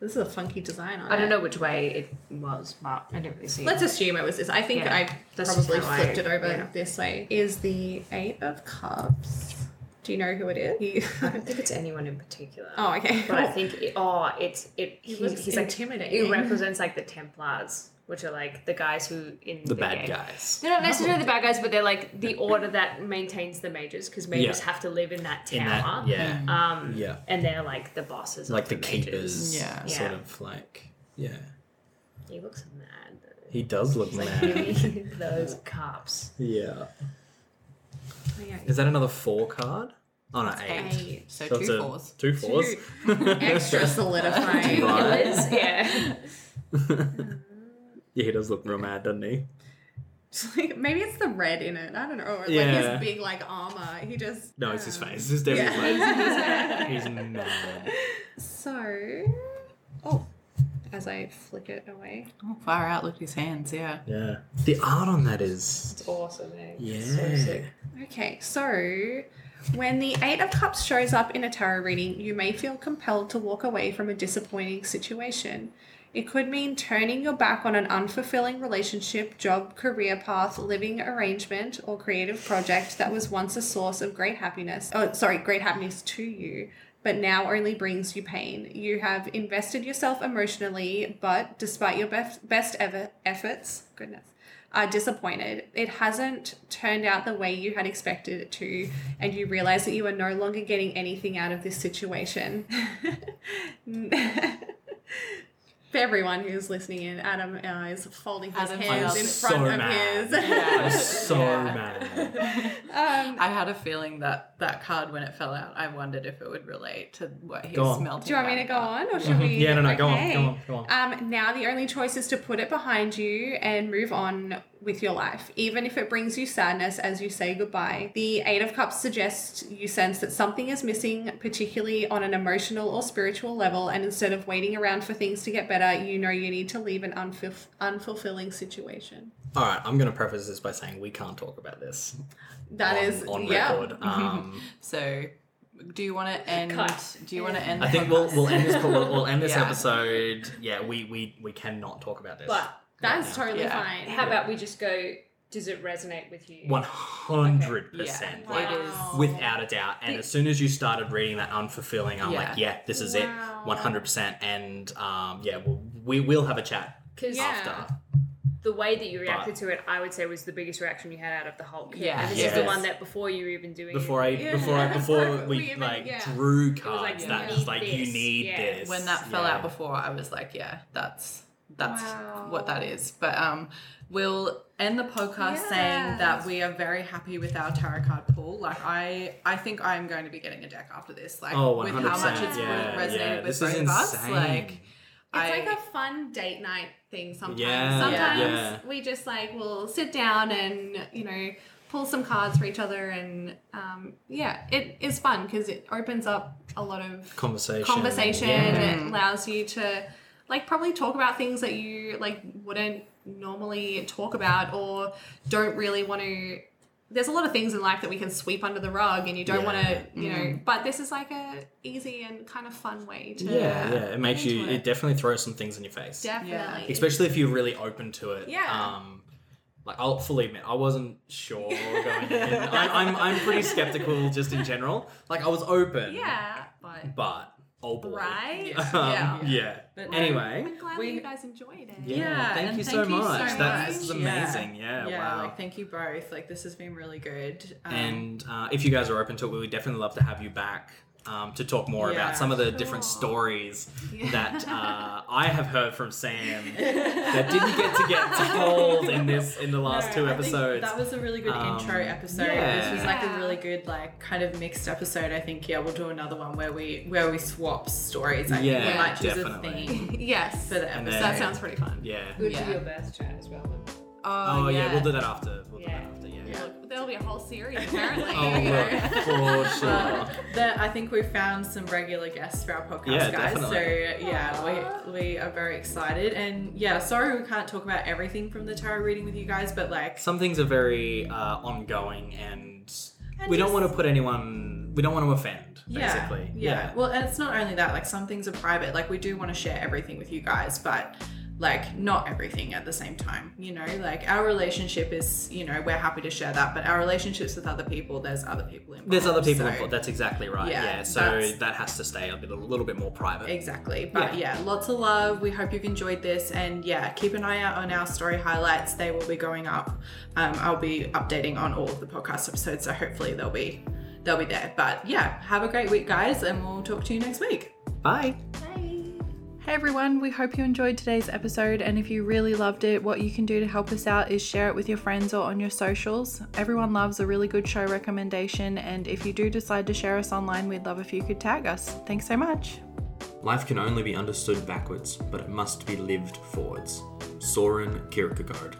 Speaker 4: this is a funky design on
Speaker 5: I don't
Speaker 4: it.
Speaker 5: know which way it was, but I didn't really see.
Speaker 4: let's assume it was this i think
Speaker 5: Yeah.
Speaker 4: i
Speaker 5: That's just
Speaker 4: probably
Speaker 5: how I-
Speaker 4: flipped it over
Speaker 5: yeah.
Speaker 4: this way is the eight of cups do you know who it is
Speaker 5: I don't think it's anyone in particular.
Speaker 4: oh okay
Speaker 5: But I think it, oh, it's it.
Speaker 4: He
Speaker 5: He,
Speaker 4: looks
Speaker 5: he's like
Speaker 4: intimidating.
Speaker 5: It represents like the Templars, which are like the guys who in
Speaker 3: The bad
Speaker 5: game.
Speaker 3: guys.
Speaker 5: They're not necessarily the bad guys, but they're like the order that maintains the majors because majors
Speaker 3: Yeah.
Speaker 5: have to live in that tower.
Speaker 3: In that, yeah,
Speaker 5: Um,
Speaker 3: yeah,
Speaker 5: and they're like the bosses, of
Speaker 3: like the
Speaker 5: majors.
Speaker 3: keepers.
Speaker 2: Yeah.
Speaker 3: sort
Speaker 5: Yeah.
Speaker 3: of like yeah.
Speaker 5: He looks mad. though.
Speaker 3: He does look
Speaker 5: He's like
Speaker 3: mad.
Speaker 5: really those cops.
Speaker 3: yeah.
Speaker 4: yeah.
Speaker 3: Is that another four card? Oh no, eight.
Speaker 4: eight
Speaker 2: so
Speaker 3: So
Speaker 2: two
Speaker 3: it's a-
Speaker 2: fours
Speaker 3: Two fours.
Speaker 4: extra solidifying
Speaker 3: Right.
Speaker 5: Killers, yeah.
Speaker 3: yeah, he does look real mad, doesn't he?
Speaker 4: It's like- maybe it's the red in it i don't know or like
Speaker 3: Yeah.
Speaker 4: his big like armor he just
Speaker 3: No, it's his
Speaker 4: um,
Speaker 3: face. It's definitely
Speaker 4: yeah.
Speaker 3: his face. He's mad.
Speaker 4: so oh as i flick it away
Speaker 2: Oh, far out looked his hands yeah
Speaker 3: Yeah. The art on that is.
Speaker 5: It's awesome, eh?
Speaker 3: Yeah.
Speaker 5: It's so sick.
Speaker 4: Okay, so when the Eight of Cups shows up in a tarot reading, you may feel compelled to walk away from a disappointing situation. It could mean turning your back on an unfulfilling relationship, job, career path, living arrangement, or creative project that was once a source of great happiness. Oh, sorry, great happiness to you, but now only brings you pain. You have invested yourself emotionally, but despite your best, best ever efforts, goodness, are disappointed. It hasn't turned out the way you had expected it to, and you realize that you are no longer getting anything out of this situation. For everyone who's listening in, Adam uh, is folding his
Speaker 2: Adam's
Speaker 4: hands in
Speaker 3: so
Speaker 4: front of
Speaker 3: mad.
Speaker 4: his.
Speaker 3: I'm
Speaker 2: Yeah.
Speaker 3: so
Speaker 2: Yeah.
Speaker 3: mad.
Speaker 4: um,
Speaker 2: I had a feeling that that card when it fell out, I wondered if it would relate to what he
Speaker 3: Go on.
Speaker 2: smelled.
Speaker 4: do you want me to go on, or should we?
Speaker 3: Yeah, no, no, go on,
Speaker 4: Okay.
Speaker 3: go on, go on.
Speaker 4: Um, now the only choice is to put it behind you and move on with your life, even if it brings you sadness as you say goodbye. The Eight of Cups suggests you sense that something is missing, particularly on an emotional or spiritual level, and instead of waiting around for things to get better, you know you need to leave an unfulf- unfulfilling situation.
Speaker 3: All right, I'm going to preface this by saying we can't talk about this.
Speaker 4: That
Speaker 3: on,
Speaker 4: is,
Speaker 3: on
Speaker 4: yeah.
Speaker 3: record. Um,
Speaker 2: So, do you want to end?
Speaker 5: Cut.
Speaker 2: Do you want to end?
Speaker 3: I
Speaker 2: the
Speaker 3: think we'll
Speaker 2: podcast?
Speaker 3: we'll end this we'll, we'll end this
Speaker 2: Yeah.
Speaker 3: episode. Yeah, we we we cannot talk about this.
Speaker 5: But
Speaker 4: That is totally
Speaker 2: Yeah.
Speaker 4: fine.
Speaker 5: how about we just go Does it resonate with you?
Speaker 3: One hundred
Speaker 2: Yeah,
Speaker 3: percent, like
Speaker 2: it is.
Speaker 3: without a doubt. And as soon as you started reading that unfulfilling, I'm like,
Speaker 2: Yeah.
Speaker 3: yeah, this is
Speaker 4: Wow.
Speaker 3: it, one hundred percent. And um, yeah, we'll, we will have a chat
Speaker 5: Because
Speaker 4: Yeah.
Speaker 3: after.
Speaker 5: the way that you reacted to it, I would say, was the biggest reaction you had out of the whole. curve.
Speaker 2: Yeah.
Speaker 5: And this is the
Speaker 3: Yes.
Speaker 5: one that before you were even doing
Speaker 3: Before
Speaker 5: it.
Speaker 3: I
Speaker 4: Yeah.
Speaker 3: before I, before
Speaker 4: Before
Speaker 3: we,
Speaker 4: we even-
Speaker 3: like
Speaker 4: yeah.
Speaker 3: drew
Speaker 5: was like,
Speaker 3: cards,
Speaker 2: you
Speaker 3: that
Speaker 2: need
Speaker 3: was like you
Speaker 5: this.
Speaker 3: need
Speaker 5: Yeah.
Speaker 3: this.
Speaker 2: when that fell
Speaker 3: Yeah.
Speaker 2: out before i was like yeah that's that's
Speaker 4: Wow.
Speaker 2: what that is but um we'll end the podcast
Speaker 4: Yeah.
Speaker 2: saying that we are very happy with our tarot card pool like i i think i'm going to be getting a deck after this like
Speaker 3: Oh,
Speaker 2: with how much
Speaker 4: 100%.
Speaker 2: it's re-
Speaker 4: Yeah,
Speaker 2: resonated
Speaker 3: yeah.
Speaker 2: with
Speaker 3: This
Speaker 2: both
Speaker 3: is
Speaker 2: of us
Speaker 3: insane.
Speaker 2: like it's
Speaker 4: It's
Speaker 2: I,
Speaker 4: like a fun date night thing sometimes.
Speaker 3: Yeah,
Speaker 4: sometimes
Speaker 3: yeah.
Speaker 4: we just like will sit down and, you know, pull some cards for each other and um, yeah, it is fun because it opens up a lot of
Speaker 3: conversation.
Speaker 4: conversation.
Speaker 3: Yeah.
Speaker 4: It allows you to like probably talk about things that you like wouldn't normally talk about or don't really want to there's a lot of things in life that we can sweep under the rug and you don't
Speaker 3: Yeah. Mm.
Speaker 4: want to you know but this is like a easy and kind of fun way to
Speaker 3: Yeah, yeah. It makes you.
Speaker 4: Into
Speaker 3: It.
Speaker 4: it.
Speaker 3: definitely throws some things in your face.
Speaker 4: definitely
Speaker 3: Especially if you're really open to it.
Speaker 4: Yeah.
Speaker 3: Um, like I'll fully admit, I wasn't sure going in. I, I'm I'm pretty skeptical just in general. Like I was open.
Speaker 4: yeah but
Speaker 3: But oh boy.
Speaker 4: right
Speaker 3: Um,
Speaker 4: yeah,
Speaker 3: yeah.
Speaker 2: But-
Speaker 3: anyway.
Speaker 4: i'm glad
Speaker 2: We-
Speaker 4: that you guys enjoyed it
Speaker 3: Yeah.
Speaker 2: Yeah,
Speaker 3: thank
Speaker 2: and
Speaker 3: you
Speaker 2: thank
Speaker 3: so
Speaker 2: you so
Speaker 3: much. That this
Speaker 4: much.
Speaker 3: is
Speaker 2: Yeah.
Speaker 3: amazing. Yeah. wow.
Speaker 2: like thank you both like this has been really good um,
Speaker 3: and uh, if you guys are open to it, we would definitely love to have you back um, to talk more
Speaker 2: Yeah,
Speaker 3: about some of the
Speaker 4: sure.
Speaker 3: different stories
Speaker 4: Yeah.
Speaker 3: that uh, I have heard from Sam that didn't get to get told in this in the last two
Speaker 2: I think
Speaker 3: episodes.
Speaker 2: That was a really good
Speaker 3: Um,
Speaker 2: intro episode. This was like a
Speaker 4: yeah.
Speaker 2: really good like kind of mixed episode. I think yeah, we'll do another one where we where we swap stories. I think
Speaker 3: Yeah,
Speaker 2: we might choose
Speaker 3: definitely.
Speaker 2: a theme
Speaker 4: yes
Speaker 2: for the
Speaker 3: And
Speaker 2: episode.
Speaker 3: then-
Speaker 4: that sounds pretty fun
Speaker 3: yeah.
Speaker 5: We'll
Speaker 2: Yeah.
Speaker 5: do your birth chat as well.
Speaker 2: oh,
Speaker 3: Oh yeah, we'll do that after. We'll
Speaker 5: Yeah.
Speaker 3: do that after. Yeah.
Speaker 4: Look, there'll be a whole series apparently
Speaker 3: Oh
Speaker 4: you know.
Speaker 3: look, for
Speaker 2: Uh,
Speaker 3: sure.
Speaker 2: that I think we've found some regular guests for our podcast,
Speaker 3: Yeah,
Speaker 2: guys. So
Speaker 3: definitely.
Speaker 2: yeah,
Speaker 4: Aw.
Speaker 2: we we are very excited, and yeah, sorry we can't talk about everything from the tarot reading with you guys, but like
Speaker 3: Some things are very uh, ongoing, and,
Speaker 2: And
Speaker 3: we don't
Speaker 2: just-
Speaker 3: want to put anyone. We don't want to offend.
Speaker 2: Yeah,
Speaker 3: Basically.
Speaker 2: Yeah. Well, and it's not only that, like some things are private. Like we do want to share everything with you guys, but like not everything at the same time, you know? Like our relationship is, you know, we're happy to share that, but our relationships with other people, there's other people involved.
Speaker 3: There's other people
Speaker 2: so-
Speaker 3: involved. That's exactly right.
Speaker 2: Yeah,
Speaker 3: Yeah. so
Speaker 2: that's-
Speaker 3: that has to stay a bit, a little bit more private.
Speaker 2: Exactly. But yeah. lots of love. We hope you've enjoyed this. And yeah, keep an eye out on our story highlights. They will be going up. Um, I'll be updating on all of the podcast episodes. So hopefully they'll be they'll be there. But yeah, have a great week, guys, and we'll talk to you next week.
Speaker 3: Bye.
Speaker 2: Hey everyone, we hope you enjoyed today's episode. And if you really loved it, what you can do to help us out is share it with your friends or on your socials. Everyone loves a really good show recommendation. And if you do decide to share us online, we'd love if you could tag us. Thanks so much.
Speaker 6: Life can only be understood backwards, but it must be lived forwards. Soren Kierkegaard.